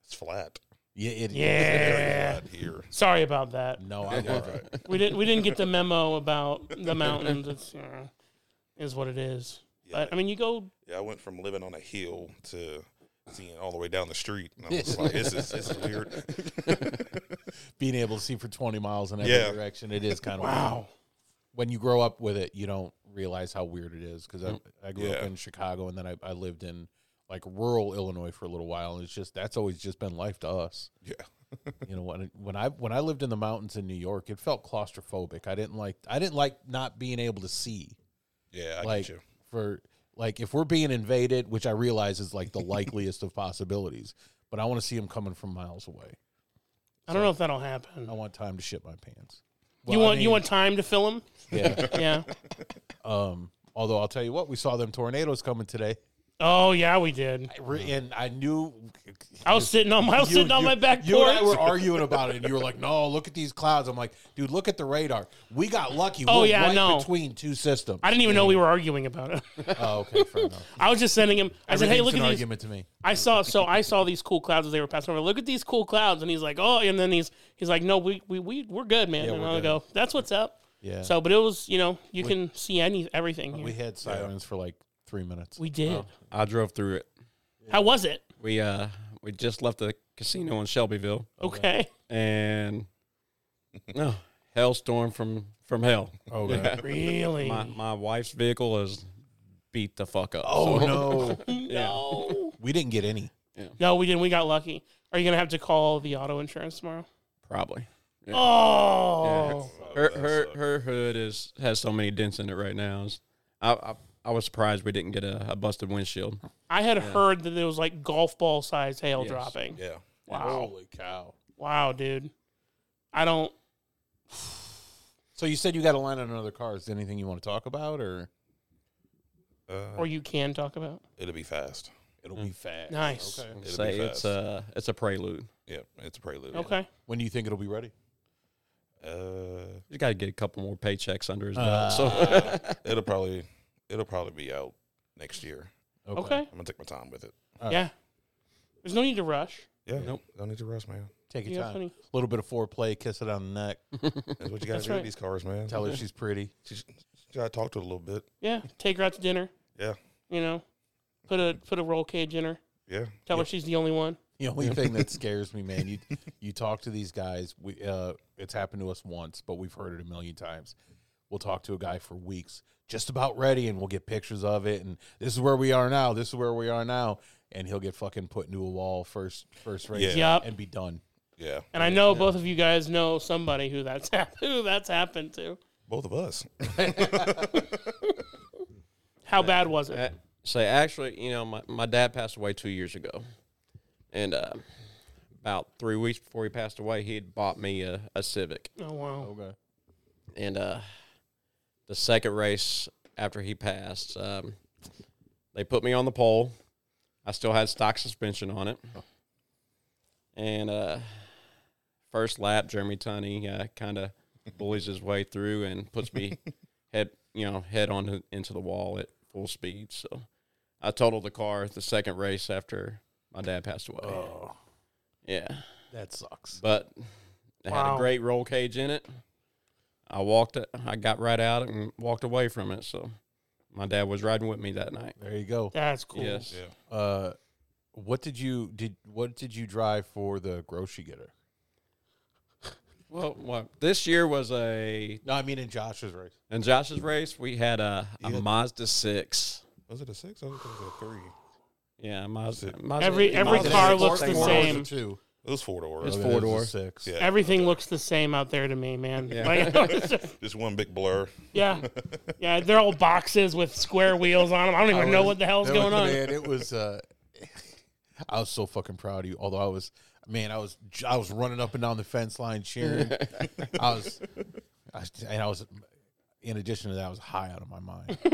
Speaker 4: it's flat.
Speaker 3: Yeah. It,
Speaker 1: Yeah.
Speaker 4: Flat here.
Speaker 1: Sorry about that.
Speaker 3: No, I love it.
Speaker 1: We didn't. We didn't get the memo about the mountains. It's uh, is what it is.
Speaker 4: Yeah.
Speaker 1: But I mean, you go.
Speaker 4: Yeah, I went from living on a hill to seeing all the way down the street. And I was like, this is this is weird.
Speaker 3: Being able to see for 20 miles in every
Speaker 4: Yeah.
Speaker 3: direction, it is kind of wow. When you grow up with it, you don't realize how weird it is because
Speaker 1: Mm.
Speaker 3: I, I grew up
Speaker 4: Yeah.
Speaker 3: in Chicago and then I, I lived in like rural Illinois for a little while, and it's just that's always just been life to us.
Speaker 4: yeah.
Speaker 3: You know, when when I when I lived in the mountains in New York, it felt claustrophobic. I didn't like I didn't like not being able to see
Speaker 4: Yeah, I
Speaker 3: like
Speaker 4: get you.
Speaker 3: for like if we're being invaded, which I realize is like the likeliest of possibilities, but I want to see them coming from miles away.
Speaker 1: I don't know if that'll happen.
Speaker 3: I want time to shit my pants.
Speaker 1: you
Speaker 3: Well, I
Speaker 1: want you
Speaker 3: mean,
Speaker 1: want time to fill them?
Speaker 3: yeah.
Speaker 1: Yeah.
Speaker 3: um, although I'll tell you what, we saw them tornadoes coming today,
Speaker 1: oh yeah, we did.
Speaker 3: Re- and I knew
Speaker 1: I was sitting on my I was
Speaker 3: you-
Speaker 1: sitting on
Speaker 3: you-
Speaker 1: my back porch.
Speaker 3: You and I were arguing about it, and you were like, "No, look at these clouds." I'm like, "Dude, look at the radar. We got lucky.
Speaker 1: Oh,
Speaker 3: we're
Speaker 1: yeah, I
Speaker 3: right
Speaker 1: know.
Speaker 3: between two systems."
Speaker 1: I didn't even know we were arguing about it.
Speaker 3: oh, okay, fair enough.
Speaker 1: I was just sending him. I said, "Hey, look
Speaker 3: Everything's an
Speaker 1: at these."
Speaker 3: argument to me.
Speaker 1: I saw so I saw these cool clouds as they were passing over. Look at these cool clouds, and he's like, "Oh," and then he's he's like, "No, we we we we're good, man."
Speaker 3: Yeah,
Speaker 1: and
Speaker 3: we're
Speaker 1: I
Speaker 3: good.
Speaker 1: go, "That's what's up."
Speaker 3: Yeah.
Speaker 1: So, but it was you know you can see any everything here.
Speaker 3: we Oh,
Speaker 1: We,
Speaker 3: had sirens for like three minutes.
Speaker 1: did.
Speaker 5: I drove through it.
Speaker 1: How was it?
Speaker 5: We uh we just left the casino in Shelbyville
Speaker 3: Oh,
Speaker 1: Okay.
Speaker 5: and no hailstorm from from hell.
Speaker 3: Oh, God.
Speaker 1: Really?
Speaker 5: My my wife's vehicle is beat the fuck up.
Speaker 3: Oh
Speaker 5: so-
Speaker 3: no,
Speaker 1: No.
Speaker 3: we didn't get any.
Speaker 1: No, we didn't. We got lucky. Are you gonna have to call the auto insurance tomorrow?
Speaker 5: probably. Yeah.
Speaker 1: Oh.
Speaker 4: Uh,
Speaker 5: her her her hood is has so many dents in it right now. It's- I I, I was surprised we didn't get a, a busted windshield.
Speaker 1: I had heard that there was like golf ball size hail
Speaker 5: Yes.
Speaker 1: dropping.
Speaker 4: Yeah.
Speaker 1: Wow.
Speaker 3: Holy cow!
Speaker 1: Wow, dude. I don't.
Speaker 3: So you said you got a line on another car. Is there anything you want to talk about, or
Speaker 4: Uh,
Speaker 1: Or you can talk about.
Speaker 4: it'll be fast.
Speaker 3: it'll be fast?
Speaker 1: Nice.
Speaker 3: Okay.
Speaker 4: It'll
Speaker 5: Mm. Say
Speaker 4: be
Speaker 5: it's uh,
Speaker 4: fast.
Speaker 5: a it's a prelude.
Speaker 4: yeah, it's a prelude.
Speaker 1: Okay.
Speaker 3: When do you think it'll be ready?
Speaker 4: Uh,
Speaker 5: You got to get a couple more paychecks under his belt. so
Speaker 4: uh, it'll probably it'll probably be out next year.
Speaker 1: Okay.
Speaker 4: I'm gonna take my time with it.
Speaker 3: All right.
Speaker 1: Yeah. There's no need to rush.
Speaker 4: Yeah.
Speaker 5: Nope.
Speaker 4: Don't need to rush, man.
Speaker 3: Take
Speaker 1: You
Speaker 3: your
Speaker 1: got
Speaker 3: time. A
Speaker 1: plenty.
Speaker 3: little bit of foreplay, kiss it on the neck,
Speaker 4: That's what you gotta
Speaker 1: That's
Speaker 4: do
Speaker 1: right.
Speaker 4: with these cars, man.
Speaker 3: tell her she's pretty.
Speaker 4: She, she gotta talk to it a little bit.
Speaker 1: Yeah. Take her out to dinner.
Speaker 4: Yeah.
Speaker 1: You know, put a put a roll cage in her.
Speaker 4: Yeah.
Speaker 1: Tell her she's the only one.
Speaker 3: The only thing that scares me, man, you you talk to these guys. We uh, it's happened to us once, but we've heard it a million times. We'll talk to a guy for weeks, just about ready, and we'll get pictures of it. And this is where we are now. This is where we are now. And he'll get fucking put into a wall first first race
Speaker 4: Yeah.
Speaker 1: Yup.
Speaker 3: and be done.
Speaker 4: Yeah.
Speaker 1: And I know both of you guys know somebody who that's hap- who that's happened to.
Speaker 4: Both of us.
Speaker 1: How bad was it?
Speaker 5: a- say actually, you know, my, my dad passed away two years ago, and uh, about three weeks before he passed away, he had bought me a, a Civic,
Speaker 1: Oh wow.
Speaker 3: Okay.
Speaker 5: and uh, the second race after he passed, um, they put me on the pole. I still had stock suspension on it, and uh, first lap, Jeremy Tunney uh, kind of bullies his way through and puts me head, you know, head on to- into the wall at full speed. So I totaled the car at the second race after my dad passed away. Yeah,
Speaker 3: That sucks.
Speaker 5: but it had
Speaker 1: Wow.
Speaker 5: a great roll cage in it. I walked it. I got right out it and walked away from it. So my dad was riding with me that night.
Speaker 3: There you go.
Speaker 1: That's cool.
Speaker 5: Yes.
Speaker 4: Yeah.
Speaker 3: Uh, what did you did? What did you drive for the grocery getter?
Speaker 5: Well, what this year was a
Speaker 3: No, I mean in Josh's race.
Speaker 5: in Josh's race we had a, a
Speaker 4: Yeah.
Speaker 5: Mazda six.
Speaker 4: Was it a six? I think it was a three.
Speaker 5: Yeah, Mazda.
Speaker 4: Six.
Speaker 5: Mazda
Speaker 1: Every- every
Speaker 5: Mazda
Speaker 1: car
Speaker 5: six.
Speaker 1: looks the
Speaker 3: Four doors
Speaker 1: same.
Speaker 3: or Two.
Speaker 4: It was four door.
Speaker 5: It's
Speaker 3: Okay,
Speaker 5: four
Speaker 3: this is
Speaker 5: door.
Speaker 3: six.
Speaker 4: Yeah.
Speaker 1: Everything looks the same out there to me, man. Like, it's just-
Speaker 4: Just one big blur.
Speaker 1: yeah, yeah, they're all boxes with square wheels on them. I don't even
Speaker 3: I
Speaker 1: know
Speaker 3: was-
Speaker 1: what the hell's
Speaker 3: that
Speaker 1: going
Speaker 3: was-
Speaker 1: on.
Speaker 3: Man, it was. Uh, I was so fucking proud of you. Although I was, man, I was, I was running up and down the fence line cheering. I was, I, was- and I was. In addition to that, I was high out of my mind.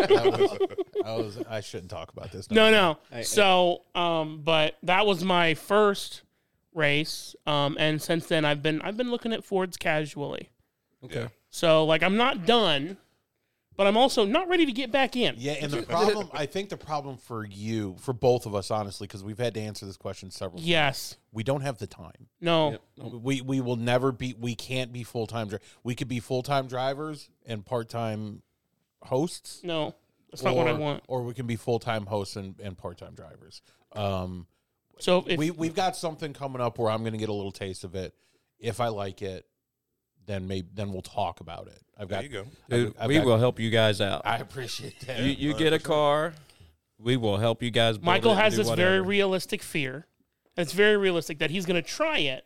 Speaker 3: That was- I was. I shouldn't talk about this.
Speaker 1: No, no.
Speaker 5: Hey, hey.
Speaker 1: so, um, but that was my first race, um, and since then I've been I've been looking at Fords casually.
Speaker 5: Okay.
Speaker 1: So like I'm not done, but I'm also not ready to get back in.
Speaker 3: Yeah, and the problem. I think the problem for you, for both of us, honestly, because we've had to answer this question several. times.
Speaker 1: Yes.
Speaker 3: We don't have the time.
Speaker 1: No.
Speaker 5: Yep. Nope.
Speaker 3: We we will never be. We can't be full time. Dri- we could be full time drivers and part time hosts.
Speaker 1: No. That's not what I
Speaker 3: Or-
Speaker 1: want.
Speaker 3: Or we can be full time hosts and, and part time drivers. Um,
Speaker 1: So if
Speaker 3: we we've got something coming up where I'm going to get a little taste of it. If I like it, then maybe then we'll talk about it. I've
Speaker 4: There
Speaker 3: got.
Speaker 4: you go.
Speaker 5: Dude,
Speaker 3: I've
Speaker 5: we
Speaker 3: got-
Speaker 5: will help you guys out.
Speaker 3: I appreciate that.
Speaker 5: you you get a car, we will help you guys. build it
Speaker 1: Michael
Speaker 5: and
Speaker 1: has
Speaker 5: do
Speaker 1: this very
Speaker 5: whatever.
Speaker 1: realistic fear, and it's very realistic that he's going to try it,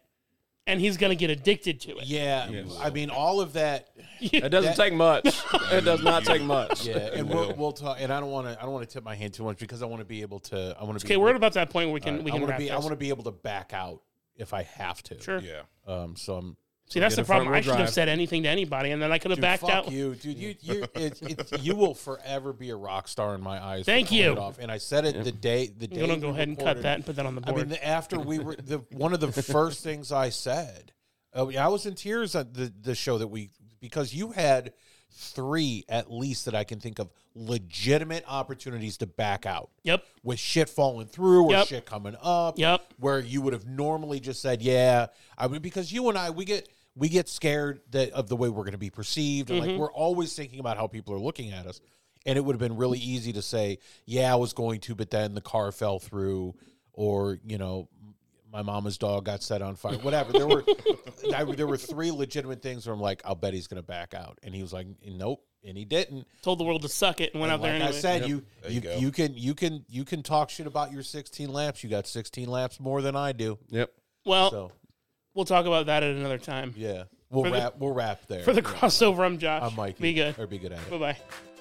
Speaker 1: and he's going to get addicted to it.
Speaker 3: yeah,
Speaker 5: Yes.
Speaker 3: I mean all of that.
Speaker 5: It doesn't take much. It does not take much.
Speaker 3: Yeah, and
Speaker 4: will.
Speaker 3: we'll, we'll talk. And I don't want to. I don't want to tip my hand too much because I want to be able to. I want to.
Speaker 1: Okay, we're at about that point where we can we
Speaker 3: I
Speaker 1: can
Speaker 3: want to
Speaker 1: wrap
Speaker 3: be. I
Speaker 1: this.
Speaker 3: want to be able to back out if I have to.
Speaker 1: sure.
Speaker 4: Yeah.
Speaker 3: Um. So I'm.
Speaker 1: See, that's
Speaker 5: Get
Speaker 1: the
Speaker 5: a front
Speaker 1: problem.
Speaker 5: wheel
Speaker 1: I shouldn't have
Speaker 5: drive.
Speaker 1: said anything to anybody, and then I could have
Speaker 3: Dude,
Speaker 1: backed
Speaker 3: fuck
Speaker 1: out.
Speaker 3: you, dude. You you it's, it's, you will forever be a rock star in my eyes. for
Speaker 1: Thank
Speaker 3: pulling
Speaker 1: you.
Speaker 3: it Off. And I said it the day the day.
Speaker 1: I'm going to
Speaker 3: we
Speaker 1: go ahead and cut
Speaker 3: recorded.
Speaker 1: that and put that on the
Speaker 3: I
Speaker 1: board.
Speaker 3: mean, the, after we were the one of the first things I said, uh, I was in tears at the the show that we because you had three at least that I can think of legitimate opportunities to back out
Speaker 1: yep.
Speaker 3: with shit falling through or
Speaker 1: Yep.
Speaker 3: shit coming up.
Speaker 1: Yep.
Speaker 3: Where you would have normally just said, "Yeah," I would because you and I we get we get scared that of the way we're going to be perceived, and like we're always thinking about how people are looking at us. And it would have been really easy to say, "Yeah, I was going to," but then the car fell through, or you know, my mama's dog got set on fire. Whatever. There were I, there were three legitimate things where I'm like, "I'll bet he's going to back out," and he was like, "Nope," and he didn't
Speaker 1: Told the world to suck it and went out there
Speaker 3: like
Speaker 1: anyway.
Speaker 3: I said, you
Speaker 4: There
Speaker 3: you,
Speaker 4: you
Speaker 3: you,
Speaker 4: go.
Speaker 3: can you can you can talk shit about your 16 laps. You got 16 laps more than I do.
Speaker 5: Yep.
Speaker 1: well,
Speaker 3: So
Speaker 1: we'll talk about that at another time.
Speaker 3: yeah, we'll
Speaker 1: For the-
Speaker 3: wrap we'll wrap there.
Speaker 1: For the crossover, I'm Josh.
Speaker 3: I'm Mikey.
Speaker 1: Be good.
Speaker 3: Or be good at it.
Speaker 1: Bye bye.